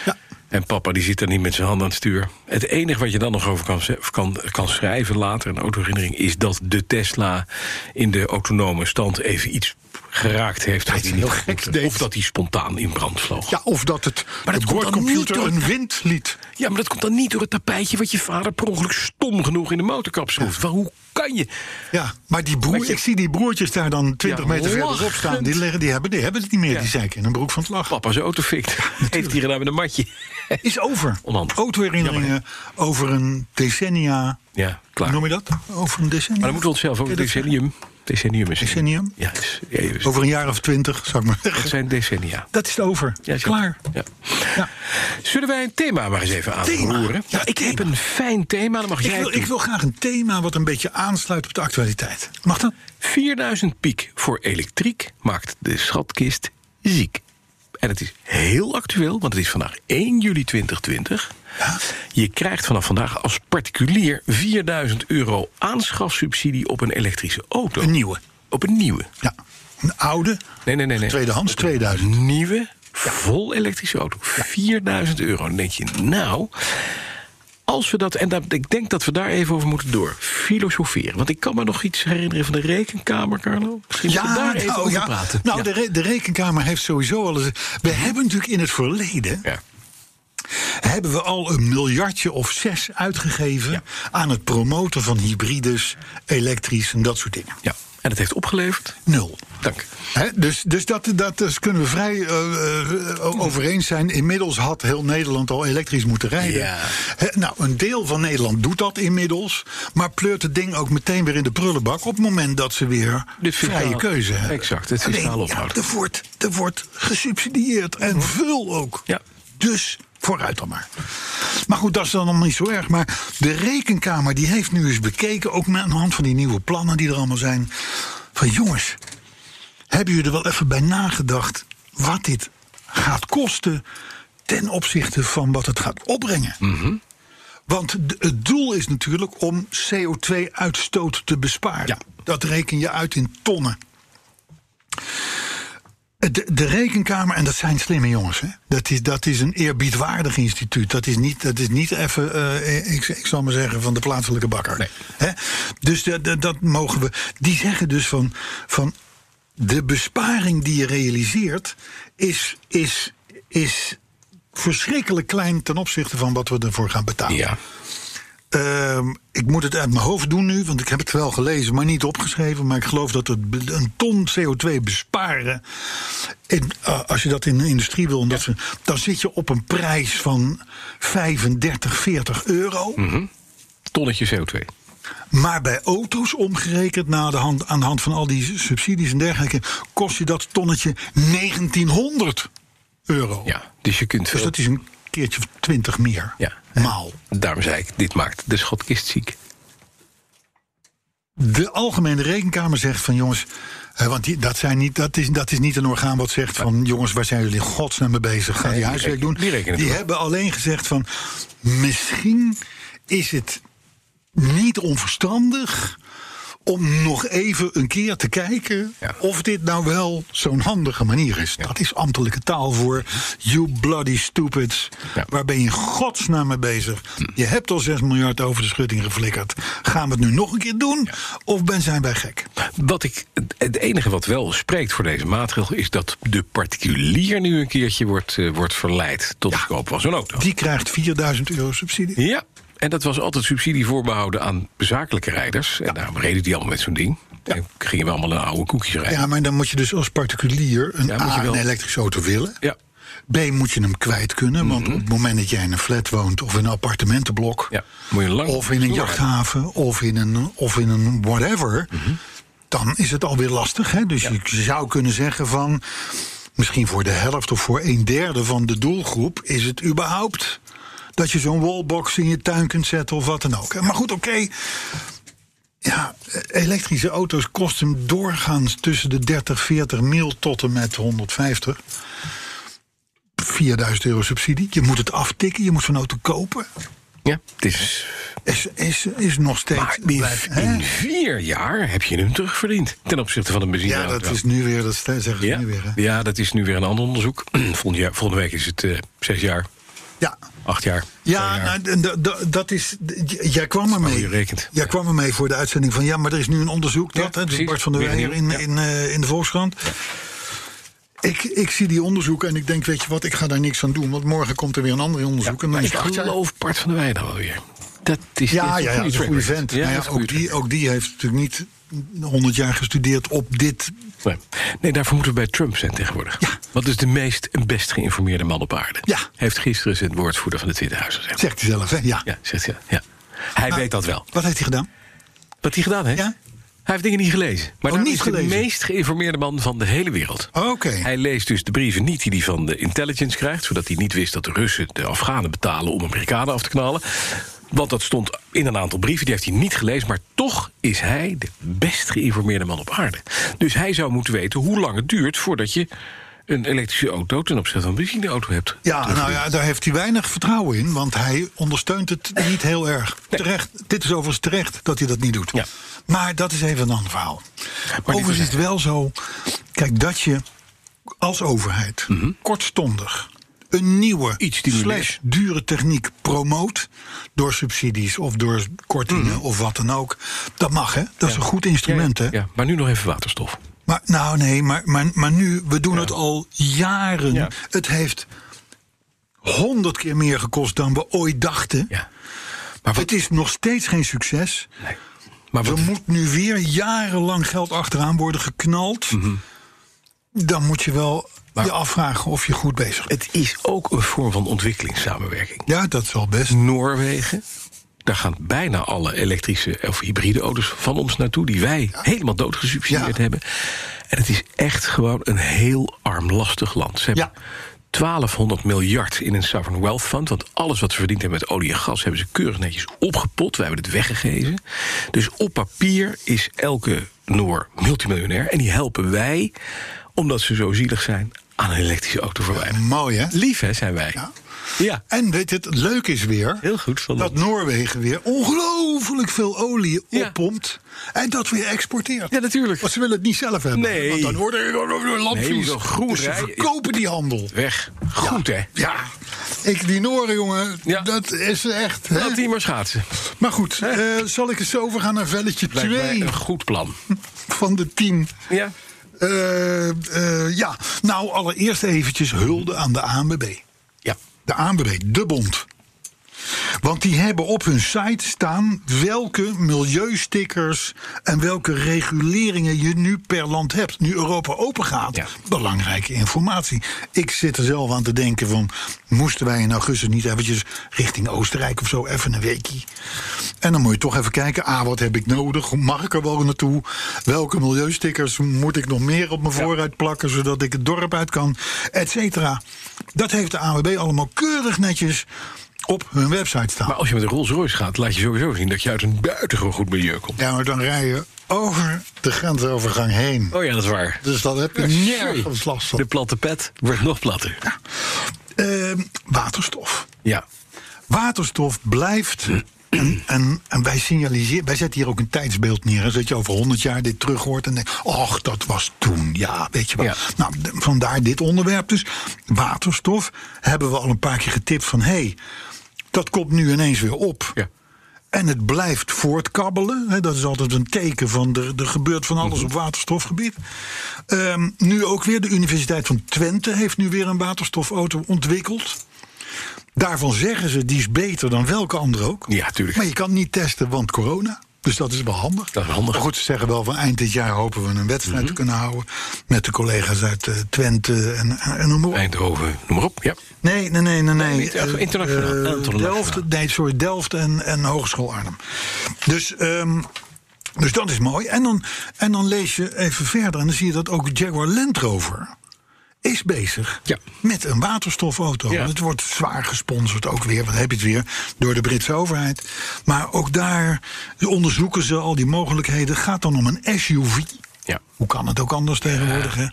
Ja. En papa die zit daar niet met zijn hand aan het stuur. Het enige wat je dan nog over kan, ze- kan, kan schrijven later in de autoherinnering... is dat de Tesla in de autonome stand even iets geraakt heeft... Dat iets hij niet heel had geks moeten. deed. of dat hij spontaan in brand vloog. Ja, of dat het Maar dat de komt dan boordcomputer niet door- een wind liet. Ja, maar dat komt dan niet door het tapijtje... wat je vader per ongeluk stom genoeg in de motorkap schroeft. Waar- Hoe kan je... Ja, maar die broer, Weet je- ik zie die broertjes daar dan 20 Ja, meter verderop staan. Die, lachend. liggen, die, hebben, die hebben het niet meer, die zeiken in een broek van het lachen. Papa zijn auto fikt. (laughs) heeft hij gedaan met een matje. Is over. Onhandig. Autoherinneringen over een decennia. Ja, klaar. Hoe noem je dat? Over een decennia? Maar dan moeten we onszelf ook Kun een je dat zeggen? decennium... Decennium is Decennium? Ja, is- ja, is- Over een jaar of twintig, zou ik maar dat zeggen. zijn decennia. Dat is het over. Ja, zeker. Klaar. Ja. Ja. Zullen wij een thema maar eens even Thema? aanroeren? Nou, Ja, ik heb thema. een fijn thema, dan mag Ik jij wil, het doen. ik wil graag een thema wat een beetje aansluit op de actualiteit. Mag dat? 4000 piek voor elektriek maakt de schatkist ziek. En het is heel actueel, want het is vandaag 1 juli 2020. Je krijgt vanaf vandaag als particulier 4000 euro aanschafsubsidie op een elektrische auto. Een nieuwe. Op een nieuwe. Ja. Een oude, Nee, nee, nee. nee. tweedehands, 2000. Nieuwe, vol elektrische auto. 4000 euro. Dan denk je, nou. Als we dat, en dat, ik denk dat we daar even over moeten door filosoferen. Want ik kan me nog iets herinneren van de rekenkamer, Carlo. Misschien moeten we daar even over ja. praten. nou Ja. Mhm. de, re- de rekenkamer heeft sowieso al eens. We hebben natuurlijk in het verleden. Ja. hebben we al een miljardje of zes uitgegeven. aan het promoten van hybrides, elektrisch en dat soort dingen. ja, en het heeft opgeleverd. Nul. Dank. Hè, dus dus dat, dat dus kunnen we vrij eh, eh, over eens zijn. Inmiddels had heel Nederland al elektrisch moeten rijden. Ja. Hè, nou, een deel van Nederland doet dat inmiddels. Maar pleurt het ding ook meteen weer in de prullenbak. op het moment dat ze weer De fiscaal- vrije keuze hebben. Exact, het Dan denk fiscaal ik, ja, ophoudt. Er wordt, er wordt gesubsidieerd en veel ook. Mhm. Ja. Dus vooruit dan maar. Maar goed, dat is dan nog niet zo erg. Maar de rekenkamer die heeft nu eens bekeken, ook met- aan de hand van die nieuwe plannen die er allemaal zijn. Van jongens, hebben jullie er wel even bij nagedacht wat dit gaat kosten ten opzichte van wat het gaat opbrengen? Mhm. Want d- het doel is natuurlijk om CO2-uitstoot te besparen. Ja. Dat reken je uit in tonnen. Eh, De, de rekenkamer, en dat zijn slimme jongens, hè? Dat, is, dat is een eerbiedwaardig instituut. Dat is niet, dat is niet even, eh, ik, ik zal maar zeggen, van de plaatselijke bakker. Nee. Hè? Dus de- de- dat mogen we. Die zeggen dus van, van de besparing die je realiseert is, is, is verschrikkelijk klein ten opzichte van wat we ervoor gaan betalen. Ja. Ehm, ik moet het uit mijn hoofd doen nu, want ik heb het wel gelezen, maar niet opgeschreven. Maar ik geloof dat het be- een ton CO2 besparen. in- eh, als je dat in de industrie wil, omdat ze, dan zit je op een prijs van 35, 40 euro. Tonnetje CO2. Maar bij auto's omgerekend, na de hand, aan de hand van al die subsidies en dergelijke, kost je dat tonnetje 1900 euro. Ja, dus je kunt Dus veel. dat is een keertje of twintig meer. Ja. Maal. Daarom zei ik, dit maakt de schatkist ziek. De Algemene Rekenkamer zegt van jongens. hè, want die, dat, zijn niet, dat, is, dat is niet een orgaan wat zegt van jongens, waar zijn jullie in godsnaam mee bezig? Ga Nee, die die huiswerk rekenen- doen. die rekenen het wel. hebben alleen gezegd van misschien is het niet onverstandig om nog even een keer te kijken Ja. of dit nou wel zo'n handige manier is. Dat is ambtelijke taal voor you bloody stupids. Ja. Hm. Waar ben je in godsnaam mee bezig? Je hebt al 6 miljard over de schutting geflikkerd. Gaan we het nu nog een keer doen? Of ben zijn wij gek? Wat ik, het enige wat wel spreekt voor deze maatregel is dat de particulier nu een keertje wordt, eh, wordt verleid tot het kopen van zo'n auto. Die krijgt 4000 euro subsidie. Ja, en dat was altijd subsidie voorbehouden aan zakelijke rijders. En daarom reden die allemaal met zo'n ding. En gingen we allemaal een oude koekjes rijden. Ja, maar dan moet je dus als particulier een, Ja, moet je A, wel. een elektrische auto willen. Ja. Mhm. B, moet je hem kwijt kunnen. Want op het moment dat jij in een flat woont of in een appartementenblok... Ja, moet je lang of in een doorrijden. Mhm. jachthaven of in een, of in een whatever... dan is het alweer lastig. Hè? Dus je zou kunnen zeggen van... misschien voor de helft of voor een derde van de doelgroep... is het überhaupt dat je zo'n wallbox in je tuin kunt zetten of wat dan ook. hè. Maar goed, oké... Ja, elektrische auto's kosten doorgaans tussen de 30, 40 mil tot en met 150. 4000 euro subsidie. Je moet het aftikken, je moet zo'n auto kopen. Ja, het is. Is, is, is nog steeds. Maar in, blijft- hè? in vier jaar heb je hem terugverdiend. Ten opzichte van een benzine. ja, dat is nu weer, dat zeggen ze ja. nu weer. Hè? ja, dat is nu weer een ander onderzoek. (clears throat) Volgende, jaar, volgende week is het eh, zes jaar, Ja, acht jaar. ja twee jaar. nou, d- d- d- dat is. d- j- Jij kwam ermee. hoe je rekent. Jij kwam ermee voor de uitzending van. Ja, maar er is nu een onderzoek. Ja, Dat, hè, dus precies. Bart van der Weer Weijer in, nieuw, ja. in, eh, in de Volkskrant. Ik, ik zie die onderzoeken en ik denk, weet je wat, ik ga daar niks aan doen. Want morgen komt er weer een ander onderzoek. en dan maar is ik het acht jaar. geloof Bart van der Weijden wel weer. Dat is Ja, dit ja, ja, dat is een track goede record. vent. Ja, maar ja, dat is een ook, goede die, ook die heeft natuurlijk niet 100 jaar gestudeerd op dit. Nee. nee, daarvoor moeten we bij Trump zijn tegenwoordig. Ja. Wat is de meest en best geïnformeerde man op aarde? Ja. Heeft gisteren eens het woordvoerder van het Witte Huis gezegd. Zegt hij zelf, hè? Ja. Ja, zegt hij. Ja. Hij Nou, weet dat wel. Wat heeft hij gedaan? Wat hij gedaan heeft? Ja. Hij heeft dingen niet gelezen. Maar Oh, hij niet is de gelezen. meest geïnformeerde man van de hele wereld. Oké. Hij leest dus de brieven niet die hij van de intelligence krijgt... zodat hij niet wist dat de Russen de Afghanen betalen om Amerikanen af te knallen. Want dat stond in een aantal brieven, die heeft hij niet gelezen... maar toch is hij de best geïnformeerde man op aarde. Dus hij zou moeten weten hoe lang het duurt voordat je een elektrische auto ten opzichte van een benzineauto hebt. Ja, nou ja, daar heeft hij weinig vertrouwen in, want hij ondersteunt het niet heel erg. Terecht, dit is overigens terecht dat hij dat niet doet. Ja. Maar dat is even een ander verhaal. dit overigens is is- het wel zo, kijk, dat je als overheid kortstondig een nieuwe, Mhm. Iets stimuleert. slash dure techniek promoot... door subsidies of door kortingen of wat dan ook, dat mag, hè? Dat is een goed instrument, hè? Mhm. Ja, maar nu nog even waterstof. Maar, nou nee, maar, maar, maar nu, we doen het al jaren. Ja. Het heeft honderd keer meer gekost dan we ooit dachten. Ja. Maar wat, Het is nog steeds geen succes. nee. maar Er wat, moet nu weer jarenlang geld achteraan worden geknald. Mhm. Dan moet je wel je afvragen of je goed bezig bent. het is ook een vorm van ontwikkelingssamenwerking. Ja, dat is wel best. Mm. Noorwegen. Daar gaan bijna alle elektrische of hybride auto's van ons naartoe, die wij helemaal doodgesubsidieerd Ja. hebben. En het is echt gewoon een heel armlastig land. Ze hebben Ja. 1200 miljard in een sovereign wealth fund. Want alles wat ze verdiend hebben met olie en gas hebben ze keurig netjes opgepot. Wij hebben het weggegeven. Dus op papier is elke Noor multimiljonair. En die helpen wij, omdat ze zo zielig zijn, aan een elektrische auto verwijderen. Mooi, hè? Lief, hè, zijn wij. Ja. En weet je, het leuk is weer... Heel goed van dat ons. Noorwegen weer ongelooflijk veel olie Ja. oppompt... en dat weer exporteert. Ja, natuurlijk. Want ze willen het niet zelf hebben. Nee. Want dan worden er Nee, je landvies. moet wel groen dus ze rijden. verkopen die handel. Weg. Goed, hè? Ja, ik, die Noren, jongen, Ja. dat is echt. hè? Laat die maar schaatsen. Maar goed, eh, zal ik eens overgaan naar velletje Lijkt mij 2 een goed plan. van de 10? Ja. Eh, eh, ja, nou allereerst eventjes hulde aan de ANWB. Ja. De ANWB, de bond. Want die hebben op hun site staan welke milieustickers en welke reguleringen je nu per land hebt. Nu Europa open gaat, Ja. belangrijke informatie. Ik zit er zelf aan te denken van, moesten wij in augustus niet eventjes richting Oostenrijk of zo even een weekje? En dan moet je toch even kijken, ah, wat heb ik nodig? Mag ik er wel naartoe? Welke milieustickers moet ik nog meer op mijn voorruit plakken... zodat ik het dorp uit kan, et cetera. Dat heeft de AWB allemaal keurig netjes op hun website staan. Maar als je met een Rolls Royce gaat, laat je sowieso zien dat je uit een buitengewoon goed milieu komt. Ja, maar dan rij je over de grensovergang heen. Oh ja, dat is waar. Dus dan heb je nergens last van. De platte pet wordt nog platter. Ja. Ehm, waterstof. Waterstof blijft. En, en, en wij signaliseren, wij zetten hier ook een tijdsbeeld neer. hè, Zodat je over 100 jaar dit terug hoort en denkt: Och, dat was toen. Ja, weet je wel. Ja. Nou, d- vandaar dit onderwerp. Dus waterstof hebben we al een paar keer getipt van: hé, hey, dat komt nu ineens weer op. Ja. En het blijft voortkabbelen. hè, Dat is altijd een teken van er, er gebeurt van alles op Mhm. waterstofgebied. Ehm, nu ook weer, de Universiteit van Twente heeft nu weer een waterstofauto ontwikkeld. Daarvan zeggen ze, die is beter dan welke andere ook. Ja, tuurlijk. Maar je kan niet testen, want corona. Dus dat is wel handig. Dat is handig. Mhm. Maar goed, ze zeggen wel van eind dit jaar hopen we een wedstrijd te kunnen houden. Met de collega's uit eh, Twente en, en, en noem maar op. Eindhoven, noem maar op. Ja. Nee, nee, nee, nee. nee. niet, eh, internationaal, Eh, internationaal. Delft, nee, sorry, Delft en, en Hogeschool Arnhem. Dus, ehm, dus dat is mooi. En dan, en dan lees je even verder en dan zie je dat ook Jaguar Land Rover is bezig Ja. met een waterstofauto. Ja. Het wordt zwaar gesponsord ook weer, wat heb je het weer, door de Britse overheid. Maar ook daar onderzoeken ze al die mogelijkheden. Gaat dan om een SUV. Ja. Hoe kan het ook anders tegenwoordig? Hè?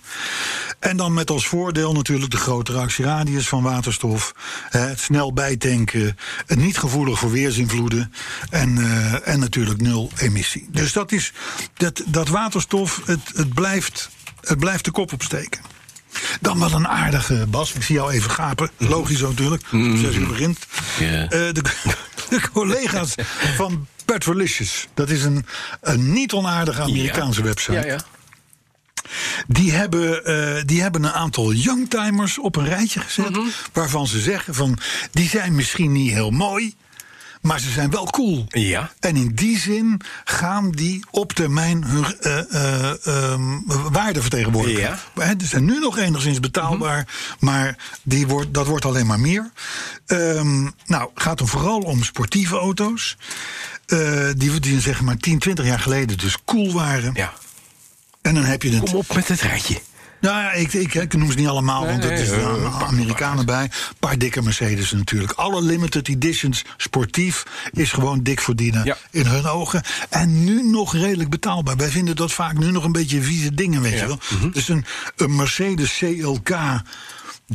En dan met als voordeel natuurlijk de grotere actieradius van waterstof. hè, Het snel bijtanken, het niet gevoelig voor weersinvloeden. En, eh, en natuurlijk nul emissie. Dus dat, is, dat, dat waterstof, het, het, blijft, het blijft de kop opsteken. Dan wel een aardige, Bas. Ik zie jou even gapen. Logisch natuurlijk. Om zes uur begint. Mm. Ja. Eh, de, (laughs) de collega's van Petrolicious. Dat is een, een niet onaardige Amerikaanse Ja. website. Ja, ja. Die hebben, eh, die hebben een aantal youngtimers op een rijtje gezet. Mhm. Waarvan ze zeggen van, die zijn misschien niet heel mooi, maar ze zijn wel cool. Ja. En in die zin gaan die op termijn hun eh, eh, ehm, waarde vertegenwoordigen. Ja. Mhm. Hè, Ze zijn nu nog enigszins betaalbaar, maar die wordt, dat wordt alleen maar meer. Ehm, nou, gaat dan vooral om sportieve auto's. eh, die, die zeg maar 10, 20 jaar geleden dus cool waren. ja. En dan heb je het Kom op met het rijtje. Nou ja, ik, ik, ik noem ze niet allemaal, want Nee, het is nee, er eh, een pak- Amerikanen bij. Een paar dikke Mercedes natuurlijk. Alle limited editions sportief is gewoon dik verdienen Ja. in hun ogen. En nu nog redelijk betaalbaar. Wij vinden dat vaak nu nog een beetje vieze dingen, weet Ja. Mhm. je wel. Dus een, een Mercedes CLK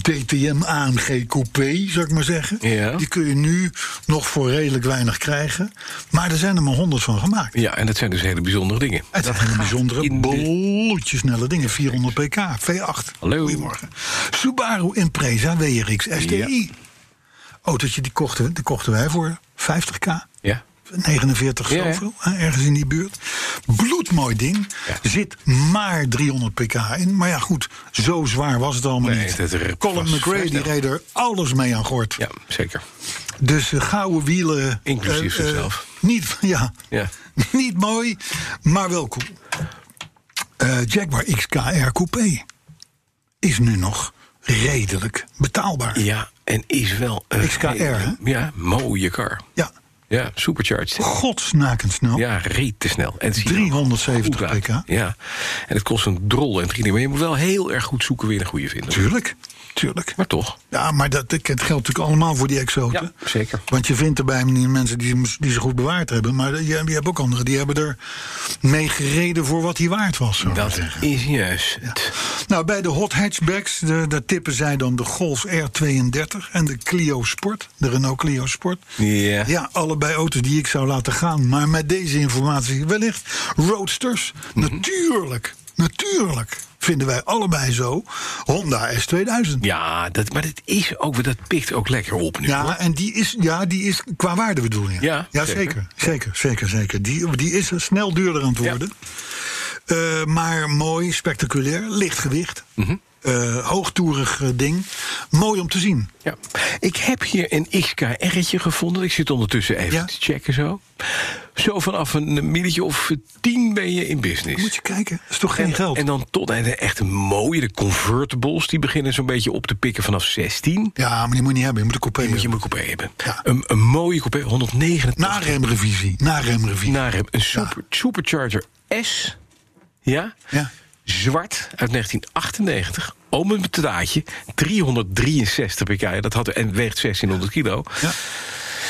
DTM AMG Coupé, zou ik maar zeggen. Ja. Die kun je nu nog voor redelijk weinig krijgen. Maar er zijn er maar honderd van gemaakt. Ja, en dat zijn dus hele bijzondere dingen. Het zijn hele bijzondere, in de- bloedje snelle dingen. 400 pk, V8. Hallo. Goedemorgen. Subaru Impreza WRX STI. Autootje, die kochten, die kochten wij voor 50k. Ja. 49 Ja, ja. zoveel, hè, ergens in die buurt. Bloedmooi ding. Ja. Zit maar 300 pk in. Maar ja, goed, zo zwaar was het allemaal Nee, niet. dat er- was Colin McRae die versneld. reed er alles mee aan gort. Ja, zeker. Dus eh, gouden wielen. Inclusief eh, eh, zichzelf. Niet, (laughs) ja, Ja. (laughs) niet mooi, maar wel cool. Eh, Jaguar XKR Coupé is nu nog redelijk betaalbaar. Ja, en is wel een XKR, hele- hè? Ja, mooie car. Ja, Ja, supercharged. hè? godsnakend snel. Ja, reet te snel. En het ziet er 370 goed uit. pk. Ja, en het kost een drol en drie Maar je moet wel heel erg goed zoeken weer een goede vinden. Tuurlijk, tuurlijk. Maar toch. Ja, maar dat, dat geldt natuurlijk allemaal voor die exoten. Ja, zeker. Want je vindt erbij die mensen die, ze- die ze goed bewaard hebben. Maar je, je hebt ook anderen die hebben er mee gereden voor wat hij waard was. zullen we Dat zeggen. is juist. het. Nou, bij de hot hatchbacks, de, daar tippen zij dan de Golf R32 en de Clio Sport, de Renault Clio Sport. Ja. Ja, allebei auto's die ik zou laten gaan, maar met deze informatie wellicht. Roadsters, Mhm. natuurlijk, natuurlijk vinden wij allebei zo. Honda S2000. Ja, dat, maar dat, is ook, dat pikt ook lekker op nu. hoor. Ja, en die is, ja, die is qua waarde bedoel je? Ja, zeker. zeker. Zeker, zeker, zeker. Die, die is snel duurder aan het Ja. worden. Eh, maar mooi, spectaculair, licht gewicht. Mhm. Eh, hoogtoerig eh, ding. Mooi om te zien. Ja. Ik heb hier een XKR'tje gevonden. Ik zit ondertussen even Ja. te checken zo. Zo vanaf een milletje of tien ben je in business. Moet je kijken, dat is toch geen en, geld? en dan tot en de echt mooie, de convertibles, die beginnen zo'n beetje op te pikken vanaf 16. ja, maar die moet je niet hebben. Je moet een coupé Dan moet je hebben. een coupé hebben. Ja. Een, een mooie coupé, 189 Naremrevisie. Naremrevisie. naar hem. Een super, supercharger S. Ja? Ja. Zwart uit 1998. Om een draadje. 363 pk. ja, Dat had, en weegt 1600 kilo. Ja.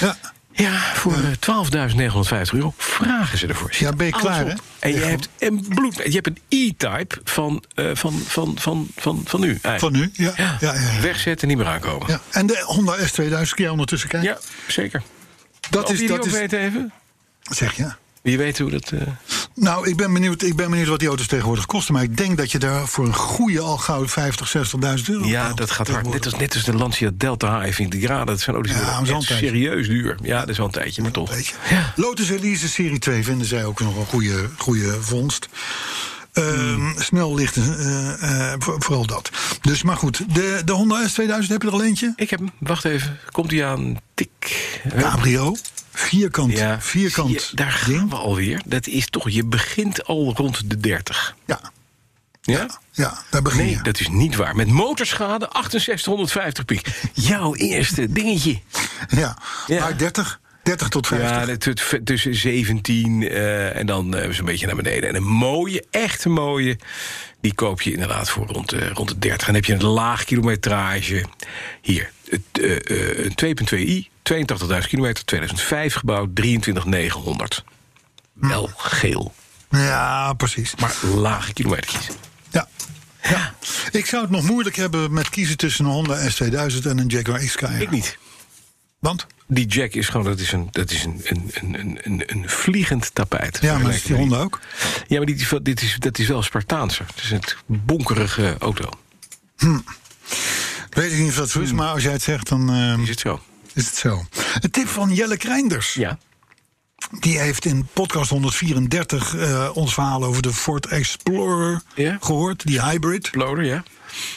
ja. Ja, voor eh, 12.950 euro vragen ze ervoor. Zit Ja, ben je alles klaar, op. hè? En je Ja. hebt een bloed. Je hebt een E-type van, eh, van, van, van, van, van nu. eigenlijk. Van nu, ja. Ja. Ja, ja, ja. Wegzetten, niet meer aankomen. Ja, Ja. En de Honda S2000, kun je ondertussen kijken? zeker. dat is... Dat ook is weten even? zeg je? Wie weet hoe dat... eh, Nou, ik ben, benieuwd, ik ben benieuwd wat die auto's tegenwoordig kosten. Maar ik denk dat je daar voor een goede al gauw 50, 60.000 euro Ja, betaalt dat gaat hard. Net tegenwoordig. als, net als de Lancia Delta High, vind ik. Ja, dat zijn ook die Ja, worden maar zo'n echt tijdje. serieus duur. Ja, dat is wel een tijdje, maar toch. Weet je. Ja. Lotus Elise Serie 2 vinden zij ook nog een goede, goede vondst. Ehm, Hmm. Snel licht, eh, eh, voor- vooral dat. Dus, maar goed, de, de Honda S2000 heb je er al eentje? Ik heb hem. Wacht even. Komt hij aan? Tik. Cabrio, vierkant, Ja. vierkant Zie je, daar gaan ding. we alweer. Dat is toch, je begint al rond de 30. Ja, Ja? ja, daar begin Nee, je. dat is niet waar. Met motorschade 6850 piek. Jouw eerste dingetje. Ja. Ja. maar 30, 30 tot 50. Ja, dat- dat- tussen 17 eh, en dan eh, zo'n beetje naar beneden. En een mooie, echt een mooie, die koop je inderdaad voor rond, eh, rond de 30. En dan heb je een laag kilometrage. Hier, het, eh, eh, een 2.2i, 82.000 kilometer, 2005 gebouwd, 23.900. Hm. Wel geel, ja precies. maar lage kilometertjes. Ja. ja. Ik zou het nog moeilijk hebben met kiezen tussen een Honda S2000 en een Jaguar XK. Ik niet. Want? Die jack is gewoon, dat is een, dat is een, een, een, een- een, een vliegend tapijt. Ja, maar is die Honda ook? Ja, maar die, dit is, dat is wel Spartaanser. Het is het bonkerige auto. Weet ik niet of dat zo is, maar als jij het zegt, dan ehm, Hmm. Is het zo? is het zo. Een tip van Jelle Kreinders. Ja. Die heeft in podcast 134 eh, ons verhaal over de Ford Explorer Ja. gehoord. Die hybrid. Loader, ja.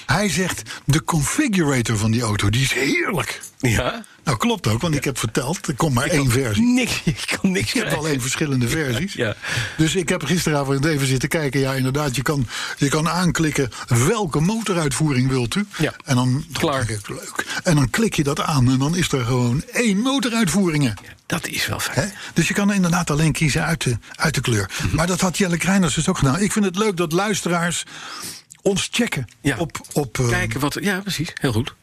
Hij zegt, de configurator van die auto, die is heerlijk. Ja. Nou, klopt ook, want ik heb verteld, er komt maar één versie. (laughs) Niks, ik kan niks Ik heb krijgen. alleen verschillende versies. ja. Dus ik heb gisteravond even zitten kijken. Ja, inderdaad, je kan, je kan aanklikken welke motoruitvoering wilt u. Ja. En dan, Klaar. Dat is leuk. En dan klik je dat aan en dan is er gewoon één motoruitvoeringen. Dat is wel fijn. Hè? Dus je kan inderdaad alleen Mhm. kiezen uit de, uit de kleur. Maar dat had Jelle Kreiners dus ook gedaan. Ik vind het leuk dat luisteraars ons checken. Ja. Op, op, eh, Kijken wat. Ja, precies. Heel goed.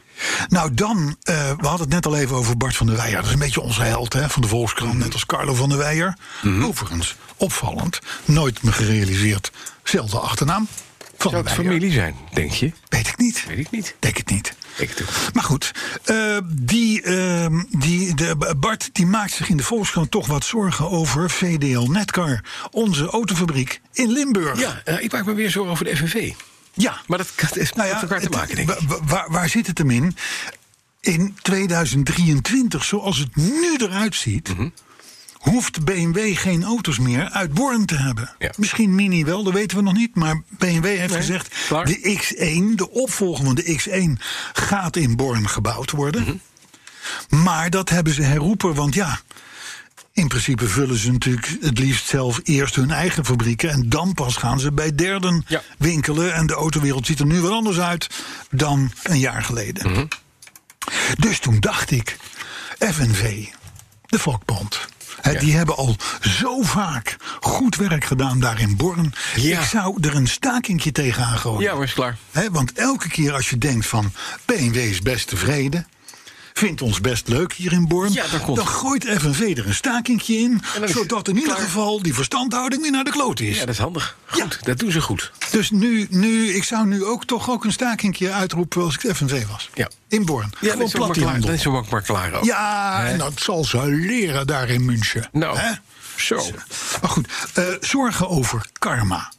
Nou, dan, eh, we hadden het net al even over Bart van der Weijer. Dat is een beetje onze held hè, van de Volkskrant, net als Carlo van der Weijer. Overigens, opvallend, nooit me gerealiseerd. Zelfde achternaam van Zou het der Weijer. familie zijn, denk je? Weet ik niet. Weet ik niet. Denk het niet. Ik het ook. Maar goed, eh, die, ehm, die, de, Bart die maakt zich in de Volkskrant toch wat zorgen over VDL Netcar. Onze autofabriek in Limburg. Ja, eh, ik maak me weer zorgen over de FNV. Nou Ja. Maar dat kan- het heeft met elkaar te het- maken, denk ik. wa- wa- Waar, waar zit het hem in? In 2023, zoals het nu eruit ziet, Mhm. hoeft BMW geen auto's meer uit Born te hebben. Ja. Misschien Mini wel, dat weten we nog niet. Maar BMW heeft Nee, gezegd: klaar. de X1, de opvolger van de X1, gaat in Born gebouwd worden. Mhm. Maar dat hebben ze herroepen, want ja. In principe vullen ze natuurlijk het liefst zelf eerst hun eigen fabrieken. En dan pas gaan ze bij derden Ja. winkelen. En de autowereld ziet er nu wel anders uit dan een jaar geleden. Mhm. Dus toen dacht ik, FNV, de vakbond. Hè, Ja. Die hebben al zo vaak goed werk gedaan daar in Born. Ja. Ik zou er een stakingje tegenaan gooien. Ja, hoor, is klaar. Hè, want elke keer als je denkt van BMW is best tevreden. Vindt ons best leuk hier in Born. Ja, daar komt- Dan gooit FNV er een stakingje in. dan is het Zodat in ieder klaar. geval die verstandhouding weer naar de kloot is. Ja, dat is handig. Goed, Ja. dat doen ze goed. Dus nu, nu, ik zou nu ook toch ook een stakingje uitroepen als ik FNV was. Ja. In Born. Ja, dat Gewoon is ook maar plat die klaar. handel. Dat is ook maar klaar ook. Ja, en dat zal ze leren daar in München. Nou, Hè? zo. Maar goed, eh, zorgen over karma.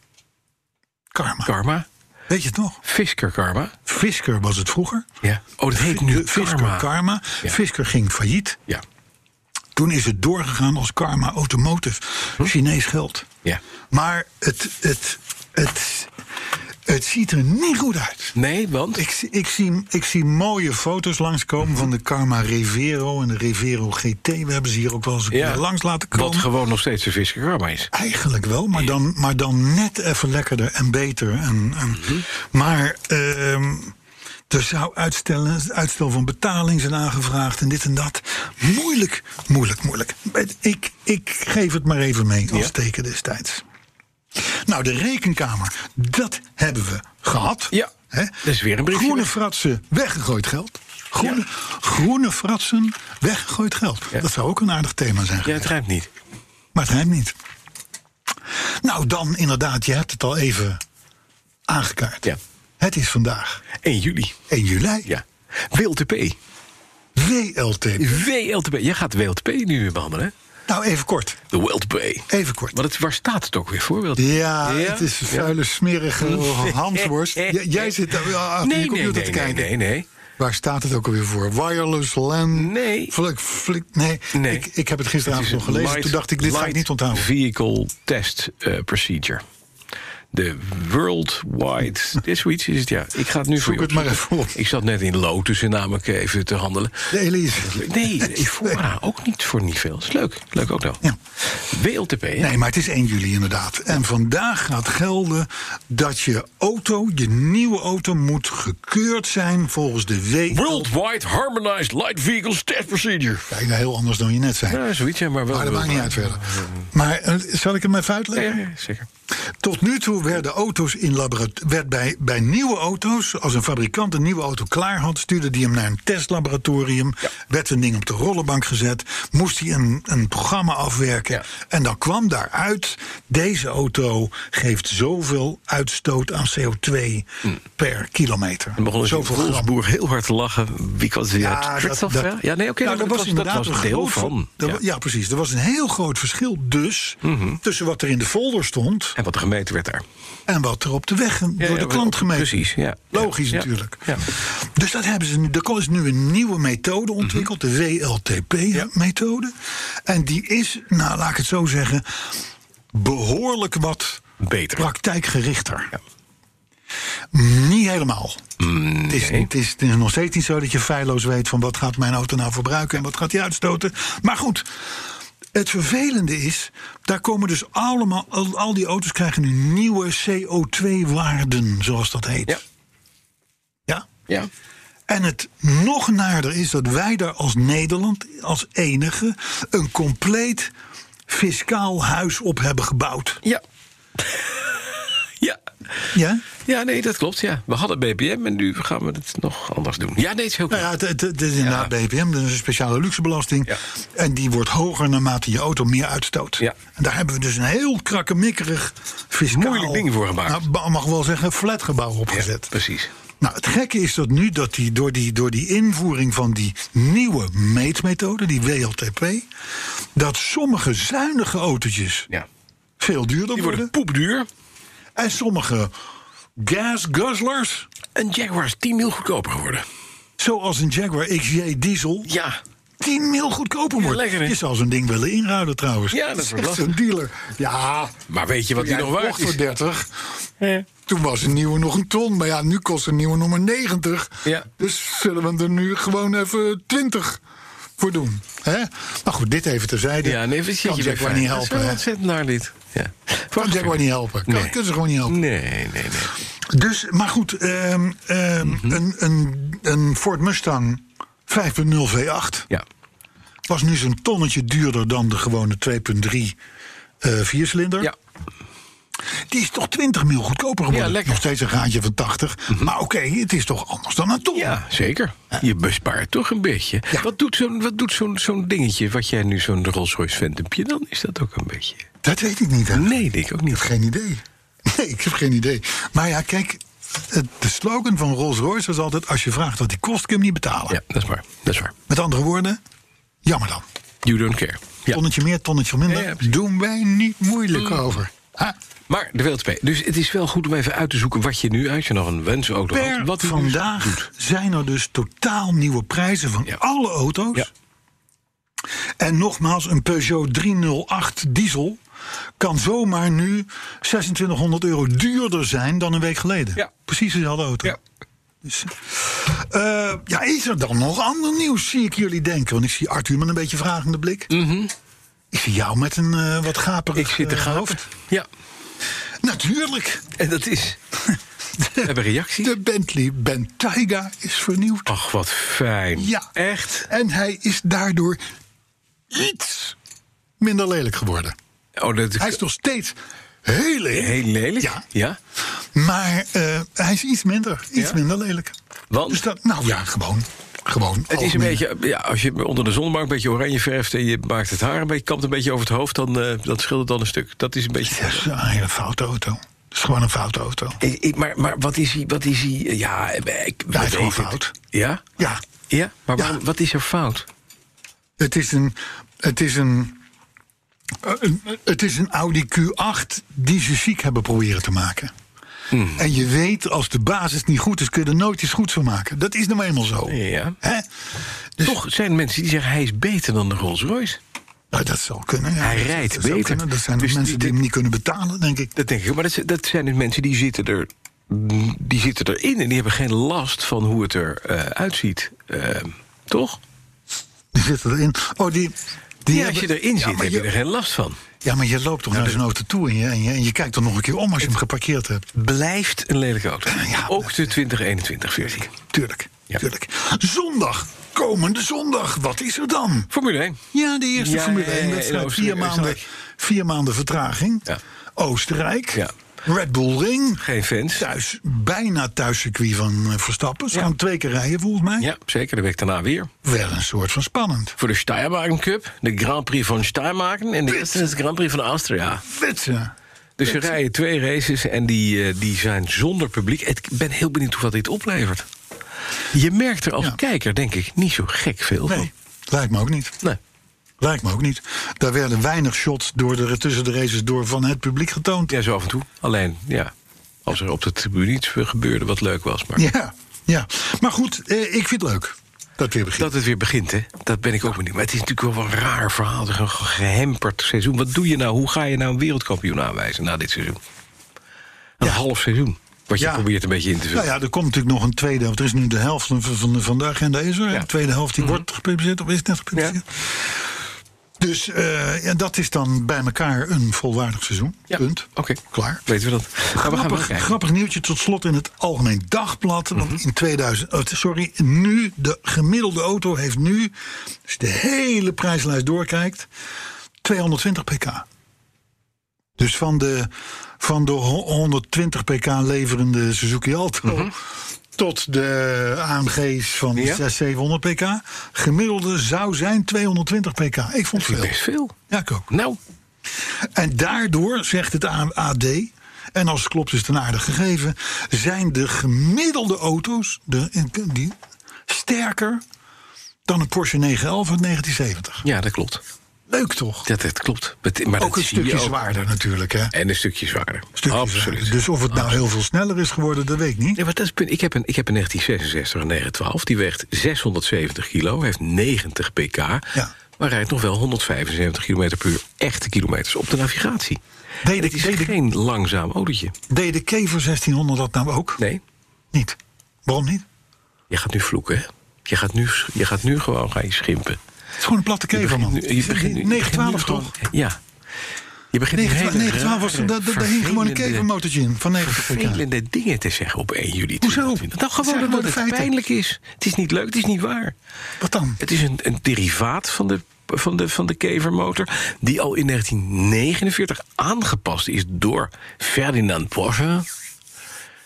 Karma. Karma. Weet je het nog? Fisker karma. Fisker was het vroeger. Ja. Oh, dat heet nu De Fisker Karma. karma. Ja. Fisker ging failliet. Ja. Toen is het doorgegaan als Karma Automotive. Hm? Chinees geld. Ja. Maar het, het, het, het ziet er niet goed uit. Nee, want... Ik, zie- ik, zie, ik zie mooie foto's langskomen van de Karma Revero en de Revero GT. We hebben ze hier ook wel eens een Ja. keer langs laten Wat komen. gewoon nog steeds een Fisker karma is. Eigenlijk wel, maar dan, maar dan net even lekkerder en beter. En, en, Mhm. Maar ehm, er zou uitstellen, uitstel van betaling zijn aangevraagd en dit en dat. Moeilijk, moeilijk, moeilijk. Ik, ik geef het maar even mee als Ja. teken destijds. Nou, de rekenkamer, dat hebben we gehad. Ja, Hè? dat is weer een briefje Groene weg. fratsen, weggegooid geld. Groene, groene fratsen, weggegooid geld. Ja. Dat zou ook een aardig thema zijn. Ja, het ruimt niet. Maar het rijmt niet. Nou, dan inderdaad, je hebt het al even aangekaart. Ja. Het is vandaag 1 juli. 1 juli. Ja. WLTP. WLT. WLTP. Jij gaat WLTP nu weer behandelen, hè? Nou, even kort. De WLTP. Even kort. Maar het, waar staat het ook weer voor? WLTP? Ja, Ja? het is een vuile, smerige (laughs) handworst. J- jij zit daar wel achter Nee, je computer nee, te nee, kijken. nee, nee, nee. Waar staat het ook alweer voor? Wireless LAN? Nee. Flik, flik, nee. Nee. Ik, ik heb het Het gisteravond is nog een gelezen. light- Toen dacht ik, dit ga ik light niet onthouden. Vehicle Test eh, Procedure. De Worldwide. (laughs) Dit zoiets is het, ja. Ik ga het nu voor je het maar opzoeken. even op. Ik zat net in Lotus en namelijk even te handelen. De Elise. (laughs) Nee, Evora ook niet voor niet veel. Is leuk. Leuk ook wel. Ja. WLTP, hè? Nee, maar het is 1 juli inderdaad. En vandaag gaat gelden dat je auto, je nieuwe auto, moet gekeurd zijn volgens de W. Worldwide Harmonized Light Vehicles Test Procedure. Kijk, nou, heel anders dan je net zei. Ja, zoiets, ja, maar wel. eh, Maar dat maakt niet uit verder. Maar eh, zal ik hem even Ja, uitleggen? ja, ja, zeker. Tot nu toe werden auto's in laborat- werd bij, bij nieuwe auto's, als een fabrikant een nieuwe auto klaar had, stuurde die hem naar een testlaboratorium, werd een ding op de rollenbank gezet, moest hij een, een programma afwerken. Ja. En dan kwam daaruit, deze auto geeft zoveel uitstoot aan CO2 per kilometer. En Hmm. begonnen ze in gram. Wolfsburg heel hard te lachen. Wie was die uit Christophe, ja? Ja, nee, oké. nou, maar dat was inderdaad dat was een deel groot van. ver- ja. er Mhm. wa- Ja. precies. Er was een heel groot verschil dus tussen wat er in de folder stond En wat de gemeente werd daar. en wat er op de weg door ja, de op- klant gemeten. precies, ja. Logisch Ja, ja, natuurlijk. ja. Dus dat hebben ze nu. Er is nu een nieuwe methode Mhm. ontwikkeld, de WLTP-methode. En die is, nou laat ik het zo zeggen, behoorlijk wat Beter. praktijkgerichter. Niet helemaal. Mhm. het, is, het, is, het is nog steeds niet zo dat je feilloos weet van wat gaat mijn auto nou verbruiken en wat gaat die uitstoten. Maar goed, het vervelende is, daar komen dus allemaal, al, al die auto's krijgen nu nieuwe CO2-waarden, zoals dat heet. Ja. ja? Ja. En het nog naarder is dat wij daar als Nederland, als enige, een compleet fiscaal huis op hebben gebouwd. Ja. ja. Ja? Ja, nee, dat klopt. Ja. We hadden BPM en nu gaan we het nog anders doen. Ja, nee, het is heel Nou ja, knap. het, het, het is inderdaad BPM, dat is een speciale luxebelasting. Ja. En die wordt hoger naarmate je auto meer uitstoot. Ja. En daar hebben we dus een heel krakkemikkerig fiscaal... Moeilijk ding voor gemaakt. Nou, ba- mag wel zeggen, flatgebouw opgezet. precies. Nou, het gekke is dat nu dat die, door, die, door die invoering van die nieuwe meetmethode, die WLTP, dat sommige zuinige autootjes Ja. veel duurder Die worden. worden poepduur. En sommige gasguzzlers, Een Jaguar is 10 mil goedkoper geworden. zoals een Jaguar XJ diesel, Ja. 10 mil goedkoper wordt. lekker, hè? je zou zo'n ding willen inruilen trouwens. Ja, dat is wel Zegt lastig. zo'n dealer. Ja, Maar weet je wat die jij nog waard kocht voor is? 30. Toen was een nieuwe nog een ton. Maar ja, nu kost een nieuwe nog maar 90. Ja. Dus zullen we hem er nu gewoon even 20 voor doen. Hè? Maar goed, dit even terzijde. Ja, nee, dat kan zit je Jaguar niet helpen. hè? Dat is naar dit. Ja. Kan Jaguar niet helpen. Kan, Nee. Kunnen ze gewoon niet helpen. Nee, nee, nee. Dus, maar goed, ehm, ehm, Mhm. een, een, een Ford Mustang 5.0 V8 Ja. was nu zo'n tonnetje duurder dan de gewone 2.3 eh viercilinder. Ja. Die is toch 20 mil goedkoper geworden. lekker. Mhm. Nog steeds een gaatje van 80. Maar oké, het is toch anders dan een ton. Ja, zeker. Je bespaart toch een beetje. Ja. Wat doet zo'n wat doet zo'n zo'n dingetje, wat jij nu zo'n Rolls Royce Phantom, dan is dat ook een beetje... Dat weet ik niet. Hè? Ik Nee, denk ik ook niet. heb geen idee. (laughs) Nee, ik heb geen idee. Maar ja, kijk, het- de slogan van Rolls-Royce was altijd... als je vraagt wat die kost, kun je hem niet betalen. Ja, dat is waar. Dat is waar. Met andere woorden, jammer dan. You don't care. Ja. Tonnetje meer, tonnetje minder. Ja, ja, precies. Mm. doen wij niet moeilijk over. Ha, Maar de WLTP. Dus het is wel goed om even uit te zoeken wat je nu, als je nog een wensauto per had... Wat die nu vandaag zijn er dus totaal nieuwe prijzen van Ja. alle auto's. Ja. En nogmaals, een Peugeot 308 diesel kan zomaar nu 2600 euro duurder zijn dan een week geleden. Ja. Precies dezelfde auto. Ja. Dus, eh, ja, is er dan nog ander nieuws, zie ik jullie denken. Want ik zie Arthur met een beetje vragende blik. Ik zie jou met een eh, wat gaperig Mhm. Ik zit te eh, gapen. hoofd. Ja, Natuurlijk, en dat is... (laughs) We hebben reacties. de Bentley Bentayga is vernieuwd. Ach, wat fijn. Ja. Echt? En hij is daardoor iets minder lelijk geworden. Oh, dat Hij is nog steeds heel lelijk. heel lelijk. Ja. ja. Maar eh, hij is iets minder, iets Ja? minder lelijk. Want? Dus dat, nou ja, gewoon. gewoon Het is een beetje, ja, als je onder de zonnebank een beetje oranje verft en je maakt het haar een beetje, kamt een beetje over het hoofd, dan eh, dat scheelt het dan een stuk. Dat is een beetje. Het is een hele foute auto. Het is gewoon een foute auto. Ik- ik- maar, maar wat is hij? Wat is hij? eh, Ja, eh, ik Hij is weet gewoon het. fout. Ja? Ja, Ja? Maar Ja. waarom- wat is er fout? het is een. Het is een eh, een- het is een Audi Q8 die ze ziek hebben proberen te maken. Hmm. En je weet, als de basis niet goed is, kun je er nooit iets goeds van maken. Dat is nou eenmaal zo. Ja. Hè? Dus- Toch zijn mensen die zeggen hij is beter dan de Rolls Royce. Nou, dat zou kunnen. Ja. Hij Dat- rijdt dat zou beter. kunnen. Dat zijn Dus dus mensen die- die, hem niet kunnen betalen, denk ik. Dat denk ik. Maar dat, dat zijn dus mensen die zitten er. Die zitten erin en die hebben geen last van hoe het eruit uitziet. Eh, toch? Die zitten erin. Oh, die, die Ja, als hebben- je erin Ja, zit, maar heb je dus- er geen last van. Ja, maar je loopt toch naar zo'n auto toe en je, en, je, en je kijkt er nog een keer om als je hem geparkeerd hebt. Blijft een lelijke auto. Ja, Ook de 2021-versie. Tuurlijk, Ja. tuurlijk. Zondag, komende zondag, wat is er dan? Formule 1. Ja, de eerste Ja, Formule ja, ja, 1 ja, in wedstrijd. Oostenrijk, Vier maanden, Oostenrijk. vier maanden vertraging. Ja. Oostenrijk, Ja. Red Bull Ring. Geen fans. Thuis, bijna thuiscircuit van eh, Verstappen. Ze Ja. gaan twee keer rijden volgens mij. Ja, zeker. De week daarna weer. Wel een soort van spannend. Voor de Steiermarken Cup. De Grand Prix van Steiermarken. En de eerste is de Grand Prix van Austria. Wetsen. Dus er rijden twee races en die, eh, die zijn zonder publiek. Ik ben heel benieuwd hoe wat dit oplevert. Je merkt er als Ja. kijker, denk ik, niet zo gek veel van. Nee, lijkt me ook niet. Nee. Lijkt me ook niet. Daar werden weinig shots door de, tussen de races door van het publiek getoond. Ja, zo af en toe. Alleen, ja, als er op de tribune iets gebeurde wat leuk was. Maar Ja, ja. Maar goed, eh, ik vind het leuk dat weer begint. Dat het weer begint, hè? Dat ben ik ook benieuwd. Maar het is natuurlijk wel een raar verhaal. Het is een gehemperd seizoen. Wat doe je nou? Hoe ga je nou een wereldkampioen aanwijzen na dit seizoen? Een half seizoen. Wat je Ja. probeert een beetje in te vullen. nou ja, er komt natuurlijk nog een tweede helft. Er is nu de helft van, van, de- van de agenda is er. Ja. Mhm. De tweede helft die wordt gepubliceerd of is net gepubliceerd. Dus eh, ja, dat is dan bij elkaar een volwaardig seizoen. Ja. Punt. Oké, Klaar. weten we dat. Maar we gaan wel Grappig, kijken. Mhm. grappig nieuwtje tot slot in het Algemeen Dagblad. Want in 2000, oh, sorry, nu de gemiddelde auto heeft nu, als je de hele prijslijst doorkijkt, 220 pk. Dus van de, van de ho- 120 pk leverende Suzuki Alto tot de AMG's van Mhm. Ja. 600, 700 pk. Gemiddelde zou zijn 220 pk. Ik vond Dat het is veel. best veel. Ja, ik ook. Nou, En daardoor, zegt het AD, en als het klopt is het een aardig gegeven... zijn de gemiddelde auto's de, die, sterker dan een Porsche 911 uit 1970. ja, dat klopt. Leuk toch? Dat, dat klopt. Maar dat Ook een zie je stukje ook. zwaarder natuurlijk, hè? En een stukje zwaarder. Stukje Absoluut. zwaarder. Dus of het nou heel veel sneller is geworden, dat weet ik niet. Nee, maar dat is het punt. Ik heb een, ik heb een 1966 een 912. Die weegt 670 kilo, heeft 90 pk. Maar rijdt nog wel 175 km per uur echte kilometers op de navigatie. Nee, En dat- het is nee, dat- geen langzaam autootje. Deed de Kever 1600 dat nou ook? Nee, Niet. Waarom niet? je gaat nu vloeken, hè? Je gaat nu, je gaat nu gewoon gaan je schimpen. Het is gewoon een platte Je Kever, begint man. nu- je begint nu- je 912 begint nu toch? gewoon- Ja. Je begint nu 912 hele 912 was rare, er, daar- daar hing gewoon een vervelende- Kevermotortje in van 90 pk. vervelende dingen te zeggen op 1 juli Hoezo? 2020. Nou, Zeg gewoon maar omdat de het feiten. pijnlijk is. Het is niet leuk, het is niet waar. Wat dan? Het is een, een derivaat van de, van, de, van de kevermotor... die al in 1949 aangepast is door Ferdinand Porsche.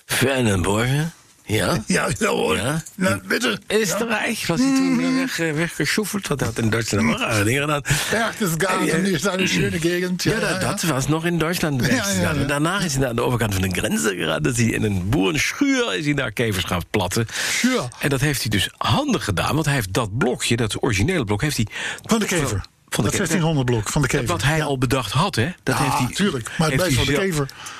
Ferdinand Porsche, ja. Ja, ja hoor. Ja. Nou, weet je, Oostenrijk was hij toen weer weg, eh, weggeschoffeld. Dat had in Duitsland nog aardig gedaan. Ja, das Gas Ja, und ist eine schöne Gegend. Ja, dat, dat was nog in Duitsland. Ja, ja, ja. En Daarna is hij naar de overkant van de grenzen geraakt. Dat hij in een boerenschuur is hij daar kevers gaan platten. Schuur. En dat heeft hij dus handig gedaan. Want hij heeft dat blokje, dat originele blok, heeft hij... Van de kever. Van de dat kever. 1600 blok van de kever. Wat hij al bedacht had, hè? Dat ja, heeft hij, tuurlijk. Maar het heeft hij blijft van de zelf- kever.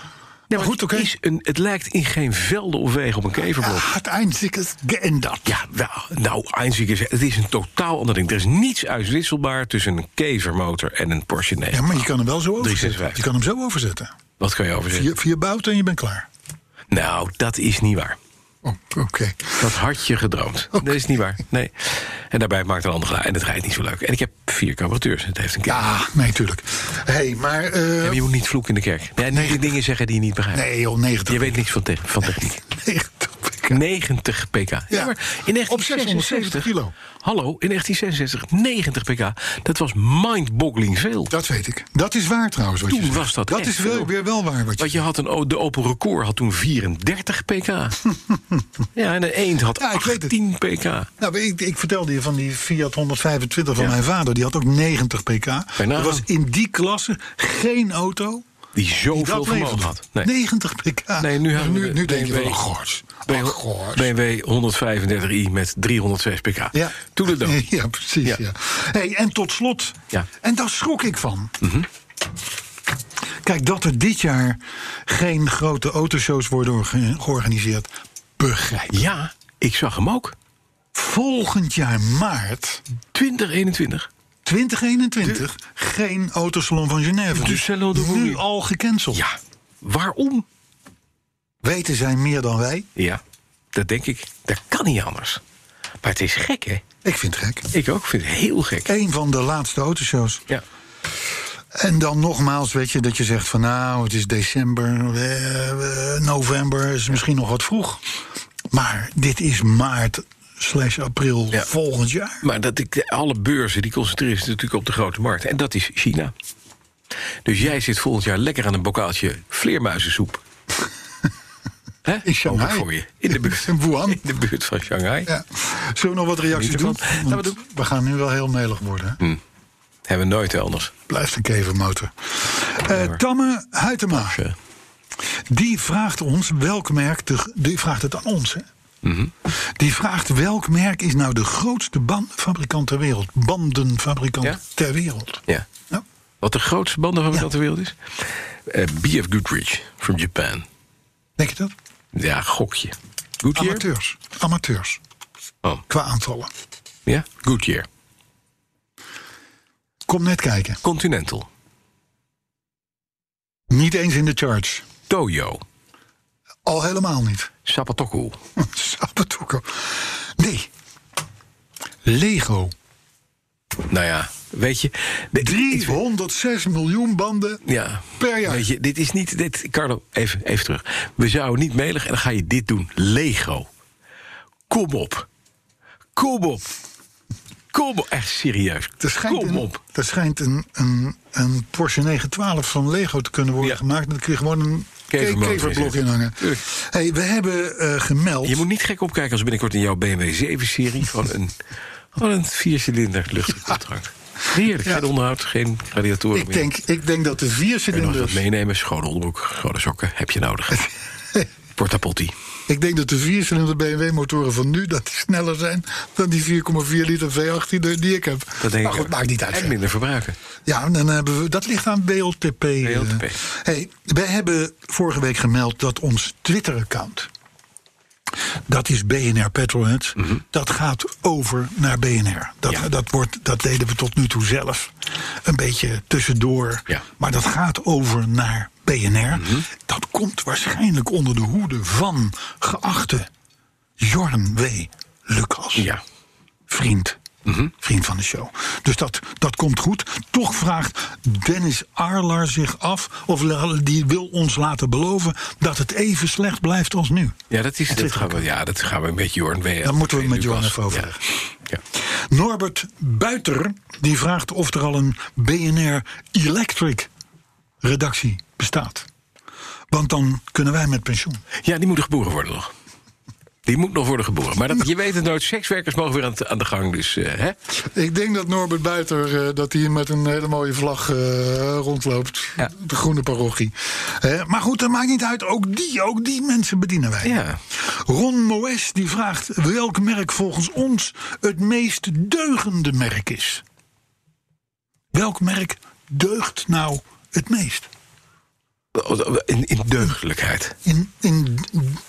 Nee, Maar maar goed, het, oké. Ah. is een, het lijkt in geen velden of wegen op een keverblok. Ja, het eindstuk is geënderd. Ja, nou, nou Einzig is, het is een totaal ander ding. Er is niets uitwisselbaar tussen een kevermotor en een Porsche 9. Ja, maar je kan hem wel zo overzetten. 356. Je kan hem zo overzetten. Wat kan je over zeggen? Vier, vier bouten en je bent klaar. Nou, dat is niet waar. Oh, Oké. Dat had je (laughs) gedroomd. Dat is niet waar. Nee. En daarbij maakt een ander geluid. En het rijdt niet zo leuk. En ik heb vier carburateurs. Het heeft een kerk. Ja, nee, tuurlijk. Hé, hey, maar... eh, Ja, maar je moet niet vloeken in de kerk. Nee, niet die dingen zeggen die je niet begrijpt. nee, joh, 90. Je weet niks van, te- van techniek. 90 pk. 90 pk. Ja, maar in op 670 kilo. Hallo, in 1966 90 pk. Dat was mind-boggling veel. Dat weet ik. Dat is waar trouwens. Wat Toen je zegt. was dat Dat echt is wel, veel. weer wel waar wat je Want je had een, o- de Opel Record had toen 34 (laughs) pk. ja, en een Eend had Ja, ik weet het. 18 pk. Nou, ik, ik vertelde je van die Fiat 125 van Ja. mijn vader. Die had ook 90 pk. nagaan. Er was in die klasse geen auto Die die zoveel dat vermogen leverde. had. Nee. 90 pk. Nee, nu Maar hebben we nu, de nu denk je BMW. wel, oh, gods. Oh, gods. BMW 135i met 306 pk. Ja. Toen het dan. (laughs) Ja, precies. Ja. Ja. Hey, en tot slot, Ja. Mhm. en daar schrok ik van. Kijk, dat er dit jaar geen grote autoshows worden orge- georganiseerd, begrijp ik. Ja, ik zag hem ook. Volgend jaar maart 2021. 2021 geen autosalon van Genève. Dus De Salon de nu Roubaix. al gecanceld. Ja, waarom? Weten zij meer dan wij? Ja, dat denk ik. Dat kan niet anders. Maar het is gek, hè? Ik vind het gek. Ik ook vind het heel gek. Eén van de laatste autoshows. Ja. En dan nogmaals, weet je, dat je zegt van nou, het is december, eh, eh, november, is misschien nog wat vroeg. Maar dit is maart slash april Ja. volgend jaar. Maar dat ik, alle beurzen die concentreren zich natuurlijk op de grote markt. En dat is China. Dus jij zit volgend jaar lekker aan een bokaaltje (laughs) vleermuizensoep. Hè? In Shanghai. Hoop ik voor je. (laughs) In de buurt, In Wuhan. In de buurt van Shanghai. Ja. Zullen we nog wat reacties Geniet doen? ervan. Laten we Want doen. we gaan nu wel heel melig worden. hè? Hebben we nooit anders. Blijft een kevermotor. Eh Tamme Huytema, Ja. die vraagt ons welk merk, de, die vraagt het aan ons hè. Mhm. Die vraagt welk merk is nou de grootste bandenfabrikant ter wereld? Bandenfabrikant Ja? ter wereld. Ja. Nou, Wat de grootste bandenfabrikant Ja. ter wereld is? Eh, BF Goodrich from Japan. denk je dat? Ja, gokje. Goodyear? Amateurs. Amateurs. Oh, Qua aantallen. ja? Goodyear. Kom net kijken. Continental. Niet eens in de charge. Toyo. Al helemaal niet. (laughs) Sapatoku. Sabatoeko. Nee. Lego. Nou ja, weet je... de- ik- 306 miljoen banden Ja. per jaar. Weet je, dit is niet. Dit, Carlo, even, even terug. We zouden niet melig en dan ga je dit doen. Lego. Kom op. Kom op. Kom op, echt serieus. Er schijnt, Kom een, op. er schijnt een, een, een Porsche 912 van Lego te kunnen worden Ja. gemaakt. En dan kun je gewoon een Kevermotor ke- keverblok inzetten. in hangen. Tuurlijk. Hey, we hebben eh, gemeld. Je moet niet gek opkijken als binnenkort in jouw BMW 7-serie gewoon een, gewoon een viercilinder luchtcontract. Heerlijk, Ja. geen onderhoud, geen radiatoren ik, meer. denk, ik denk dat de vier Kun je nog wat cilinders. meenemen, schone onderbroek, schone sokken, heb je (laughs) nodig. Portapotti. Ik denk dat de viercilinder BMW-motoren van nu dat die sneller zijn dan die 4,4 liter V18 die ik heb. Dat denk maar ik goed, ook. maakt niet uit. En minder verbruiken. Ja, dan hebben we, dat ligt aan BLTP. eh. BLTP. Hey, wij hebben vorige week gemeld dat ons Twitter-account... dat is BNR Petrolheads, dat gaat over naar BNR. Dat, Mhm. Ja. dat, wordt, dat deden we tot nu toe zelf. Een beetje tussendoor. Ja. Mhm. Maar dat gaat over naar BNR. Dat komt waarschijnlijk onder de hoede van geachte Jorn W. Lucas Ja. vriend. Vriend van de show. Dus dat, dat komt goed. Toch vraagt Dennis Arlar zich af. Of la- die wil ons laten beloven. dat het even slecht blijft als nu. Ja, dat, is, dat, gaan we, ja, dat gaan we met Jorn weer. Dan moeten we met Jorn Lucas. even overleggen. Ja. Ja. Norbert Buiter. die vraagt of er al een BNR Electric redactie bestaat. Want dan kunnen wij met pensioen. Ja, die moeten geboren worden nog. Die moet nog worden geboren. Maar (laughs) dat, je weet het nooit, sekswerkers mogen weer aan, de- aan de gang. Dus, eh, hè? Ik denk dat Norbert Buiter eh, dat hij met een hele mooie vlag eh, rondloopt. Ja. De groene parochie. Eh, maar goed, dat maakt niet uit. Ook die, ook die mensen bedienen wij. Ja. Ron Moes die vraagt welk merk volgens ons het meest deugende merk is. Welk merk deugt nou het meest? In, in deugdelijkheid. In, in,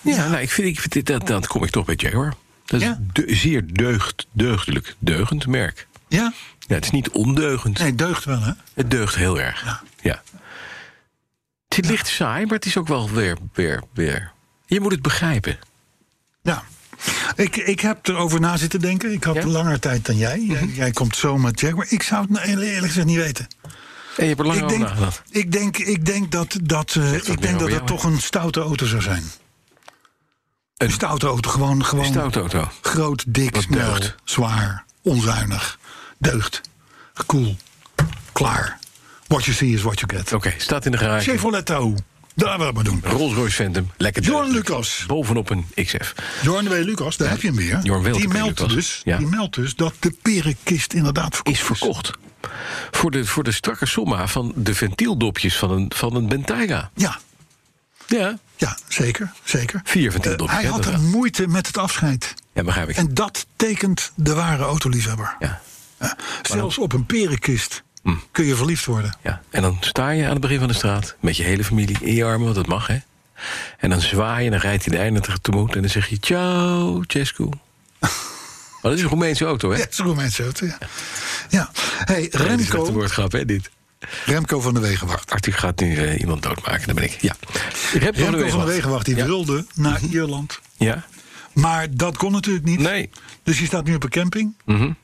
Ja, nou, ik vind, ik vind dit, dat, dat kom ik toch bij Jaguar. Dat is Ja. de, zeer deugd, deugdelijk, deugend merk. ja? Ja, het is niet ondeugend. Nee, deugt wel, hè? Het deugt heel erg. Ja. Ja. Het is licht saai, maar het is ook wel weer, weer, weer. Je moet het begrijpen. Ja. Ik, ik heb erover na zitten denken. Ik had Ja? langer tijd dan jij. Jij, jij komt zo met Jaguar. Ik zou het nou eerlijk gezegd niet weten. En je hebt er lang Ik over denk, nagedacht. ik, denk, ik denk dat nou, dat, eh, ik meer denk dat, over dat jou, toch een stoute auto zou zijn. Een stoute auto, gewoon, gewoon Stoutauto. groot, dik, Wat snel, deugt. zwaar, onzuinig, deugd, cool, klaar. What you see is what you get. Oké, staat in de garage. Chevrolet Tahoe, daar willen we maar doen. Rolls Royce Phantom, lekker Jorn deugdelijk. Lucas. Bovenop een XF. Jorn W. Lucas, daar heb je hem weer. Jorn W. die, Lucas. meldt dus, Ja. die meldt dus dat de perenkist inderdaad verkocht Is verkocht. Voor de, voor de strakke somma van de ventieldopjes van een, van een Bentayga. Ja, Ja. ja, zeker, zeker. Vier van die Eh, dopjes, Hij hè, had dat een wel. moeite met het afscheid. Ja, begrijp ik. En dat tekent de ware autoliefhebber. Ja. Hmm. Ja, Zelfs op een perenkist kun je verliefd worden. Ja, en dan sta je aan het begin van de straat met je hele familie in je armen, want dat mag, hè? En dan zwaai je en dan rijdt hij de einde tegemoet en dan zeg je ciao, (laughs) Cescu. Maar dat is een Roemeense auto, hè? Ja, zo mensen het. Ja. ja. Hey, Nee, dit is echt een Remco, woordgrap, hè, dit. Remco van de Wegenwacht. Arthur gaat nu eh, iemand doodmaken, dat ben ik. Ja. Remco Remco van de Wegenwacht. Wegenwacht die ja. wilde naar Ierland. Ja? Maar dat kon natuurlijk niet. Nee. Mhm. Dus hij staat nu op een camping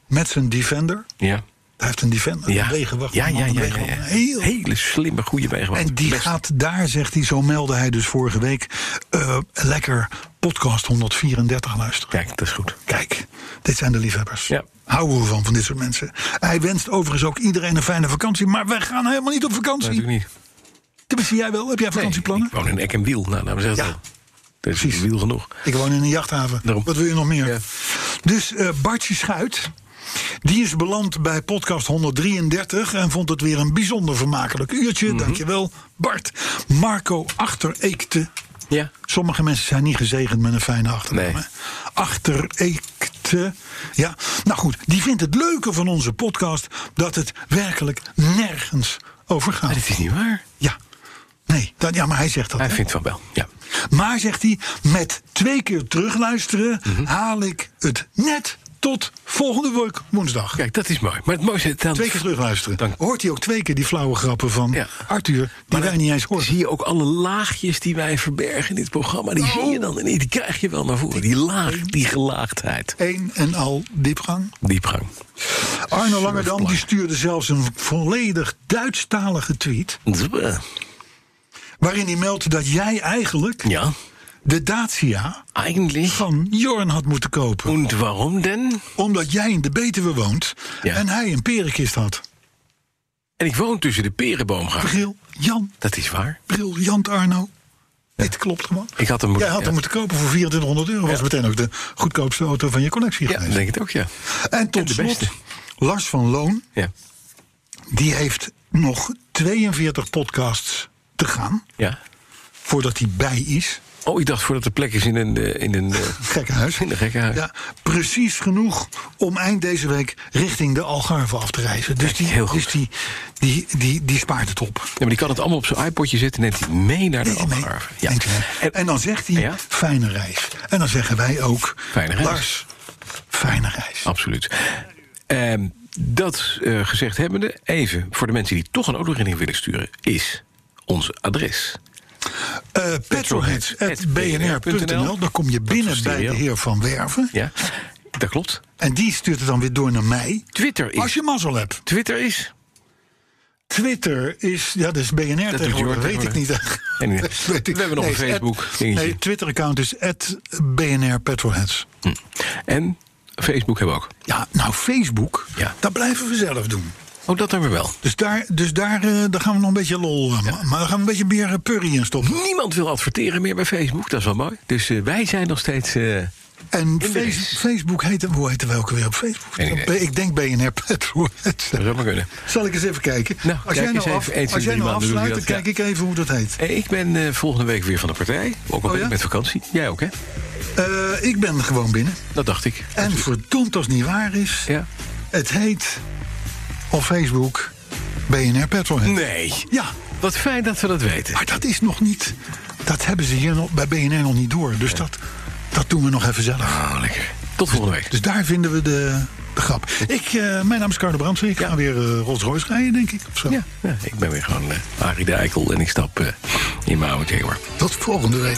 met zijn Defender. Ja. Hij heeft een Defender, Ja. een Wegenwacht. ja, een ja, man, een ja, ja, Wegenwacht, ja. een heel- Hele slimme, goede Wegenwacht. En die Best. gaat daar, zegt hij, zo meldde hij dus vorige week... eh, lekker podcast 134 luisteren. Kijk, dat is goed. Kijk, dit zijn de liefhebbers. Ja. Houden we van, van dit soort mensen. Hij wenst overigens ook iedereen een fijne vakantie. Maar wij gaan helemaal niet op vakantie. Natuurlijk niet. Tenminste, jij wel. Heb jij Nee, vakantieplannen? ik woon in Eck en Wiel. Nou, nou, zeg het Ja. al. Dat is Precies. wiel genoeg. ik woon in een jachthaven. Daarom. Wat wil je nog meer? Ja. Dus eh, Bartje Schuit... Die is beland bij podcast 133 en vond het weer een bijzonder vermakelijk uurtje. Mhm. Dankjewel, Bart. Marco Achtereekte. Ja. Sommige mensen zijn niet gezegend met een fijne achternaam. Nee. hè? Achtereekte. Ja, nou goed. Die vindt het leuke van onze podcast dat het werkelijk nergens over gaat. Maar dit is niet waar. Ja. Nee, dat, ja, maar hij zegt dat. Hij hè? vindt van wel, ja. Maar zegt hij, met twee keer terugluisteren Mhm. haal ik het net tot volgende week woensdag. Kijk, dat is mooi. Maar het mooiste... Dan Twee keer terugluisteren. Dank. Hoort hij ook twee keer die flauwe grappen van Ja. Arthur, die Maar wij dan niet eens horen. Zie je ook alle laagjes die wij verbergen in dit programma? Oh. Die zie je dan en die krijg je wel naar voren. Die laag, die gelaagdheid. Eén en al diepgang. Diepgang. Arno Langerdam die stuurde zelfs een volledig Duitsstalige tweet. Dat is, eh, Waarin hij meldt dat jij eigenlijk Ja. de Dacia Eigentlich. van Jorn had moeten kopen. Und warum denn? Omdat jij in de Betuwe woont Ja. en hij een perenkist had. En ik woon tussen de perenboomgaarden. Briljant, Dat is waar. briljant Arno. Dit klopt gewoon. Ik had hem Jij moeten... had hem moeten kopen voor 2400 euro. Was Ja. meteen ook de goedkoopste auto van je collectie Ja, geweest. denk het ook, ja. En tot de slot, beste. Lars van Loon, Ja. die heeft nog 42 podcasts te gaan ja. voordat hij bij is. Oh, ik dacht voordat er plek is in een... eh, In een eh, (laughs) Gekkenhuis. In een gekkenhuis. Ja, precies genoeg om eind deze week richting de Algarve af te reizen. Dus, Kijk, die, heel goed. dus die, die, die, die spaart het op. Ja, maar die kan het allemaal op zijn iPodje zetten en neemt hij mee naar de Nee, nee. Algarve. Ja. Neemt hij mee. En, En dan zegt hij, Ja? fijne reis. En dan zeggen wij ook, Fijne reis. Oh, Lars, fijne reis. absoluut. Ehm, dat eh, gezegd hebbende, even voor de mensen die toch een autoherinnering willen sturen, is ons adres. Eh Petrolheads.bnr.nl, dan kom je Dat binnen was bij de serieel. heer Van Werven. Ja, dat klopt. En die stuurt het dan weer door naar mij. Twitter is. Als je mazzel hebt. Twitter is. Twitter is, ja, dat is BNR doet tegenwoordig, Jorn weet ik niet. tegenwoordig. (laughs) Nee, nee. Dat weet ik. We hebben nog Nee, een is Facebook at- dingetje. Nee, Twitter-account is BNR Petrolheads. Hm. En Facebook hebben we ook. Ja, nou, Facebook, Ja. dat blijven we zelf doen. Oh, dat hebben we wel. Dus daar, dus daar, eh, daar gaan we nog een beetje lol, eh, ma- maar daar gaan we een beetje meer eh, purrie in stoppen. Niemand wil adverteren meer bij Facebook, dat is wel mooi. Dus eh, wij zijn nog steeds. eh, En de Face- race. Facebook heette, hoe heette we ook weer op Facebook? Geen idee. Ik denk (laughs) BNR Petrolheads. dat zou maar kunnen. Zal ik eens even kijken? Nou, als kijk jij eens nou, af, even, eens in als jij drie nou maanden doe je afsluit, dan dat, kijk ja. ik even hoe dat heet. Hey, ik ben eh, volgende week weer van de partij. Ook al Oh ben ja? ik met vakantie. Jij ook, hè? Eh, ik ben gewoon binnen. Dat dacht ik. En verdomd als het niet waar is, Ja. het heet op Facebook BNR Petrolhead. Nee. Ja, Wat fijn dat we dat weten. maar dat is nog niet. Dat hebben ze hier nog, bij BNR nog niet door. Dus dat, dat doen we nog even zelf. Oh, lekker. Tot volgende week. Dus daar vinden we de, de grap. Ik, eh, mijn naam is Carlo Brandsen. Ik ga weer eh, Rolls-Royce rijden, denk ik. Of zo. Ja, ja, ik ben weer gewoon eh Arie de Eikel en ik stap eh, in mijn oude kamer. Tot volgende week.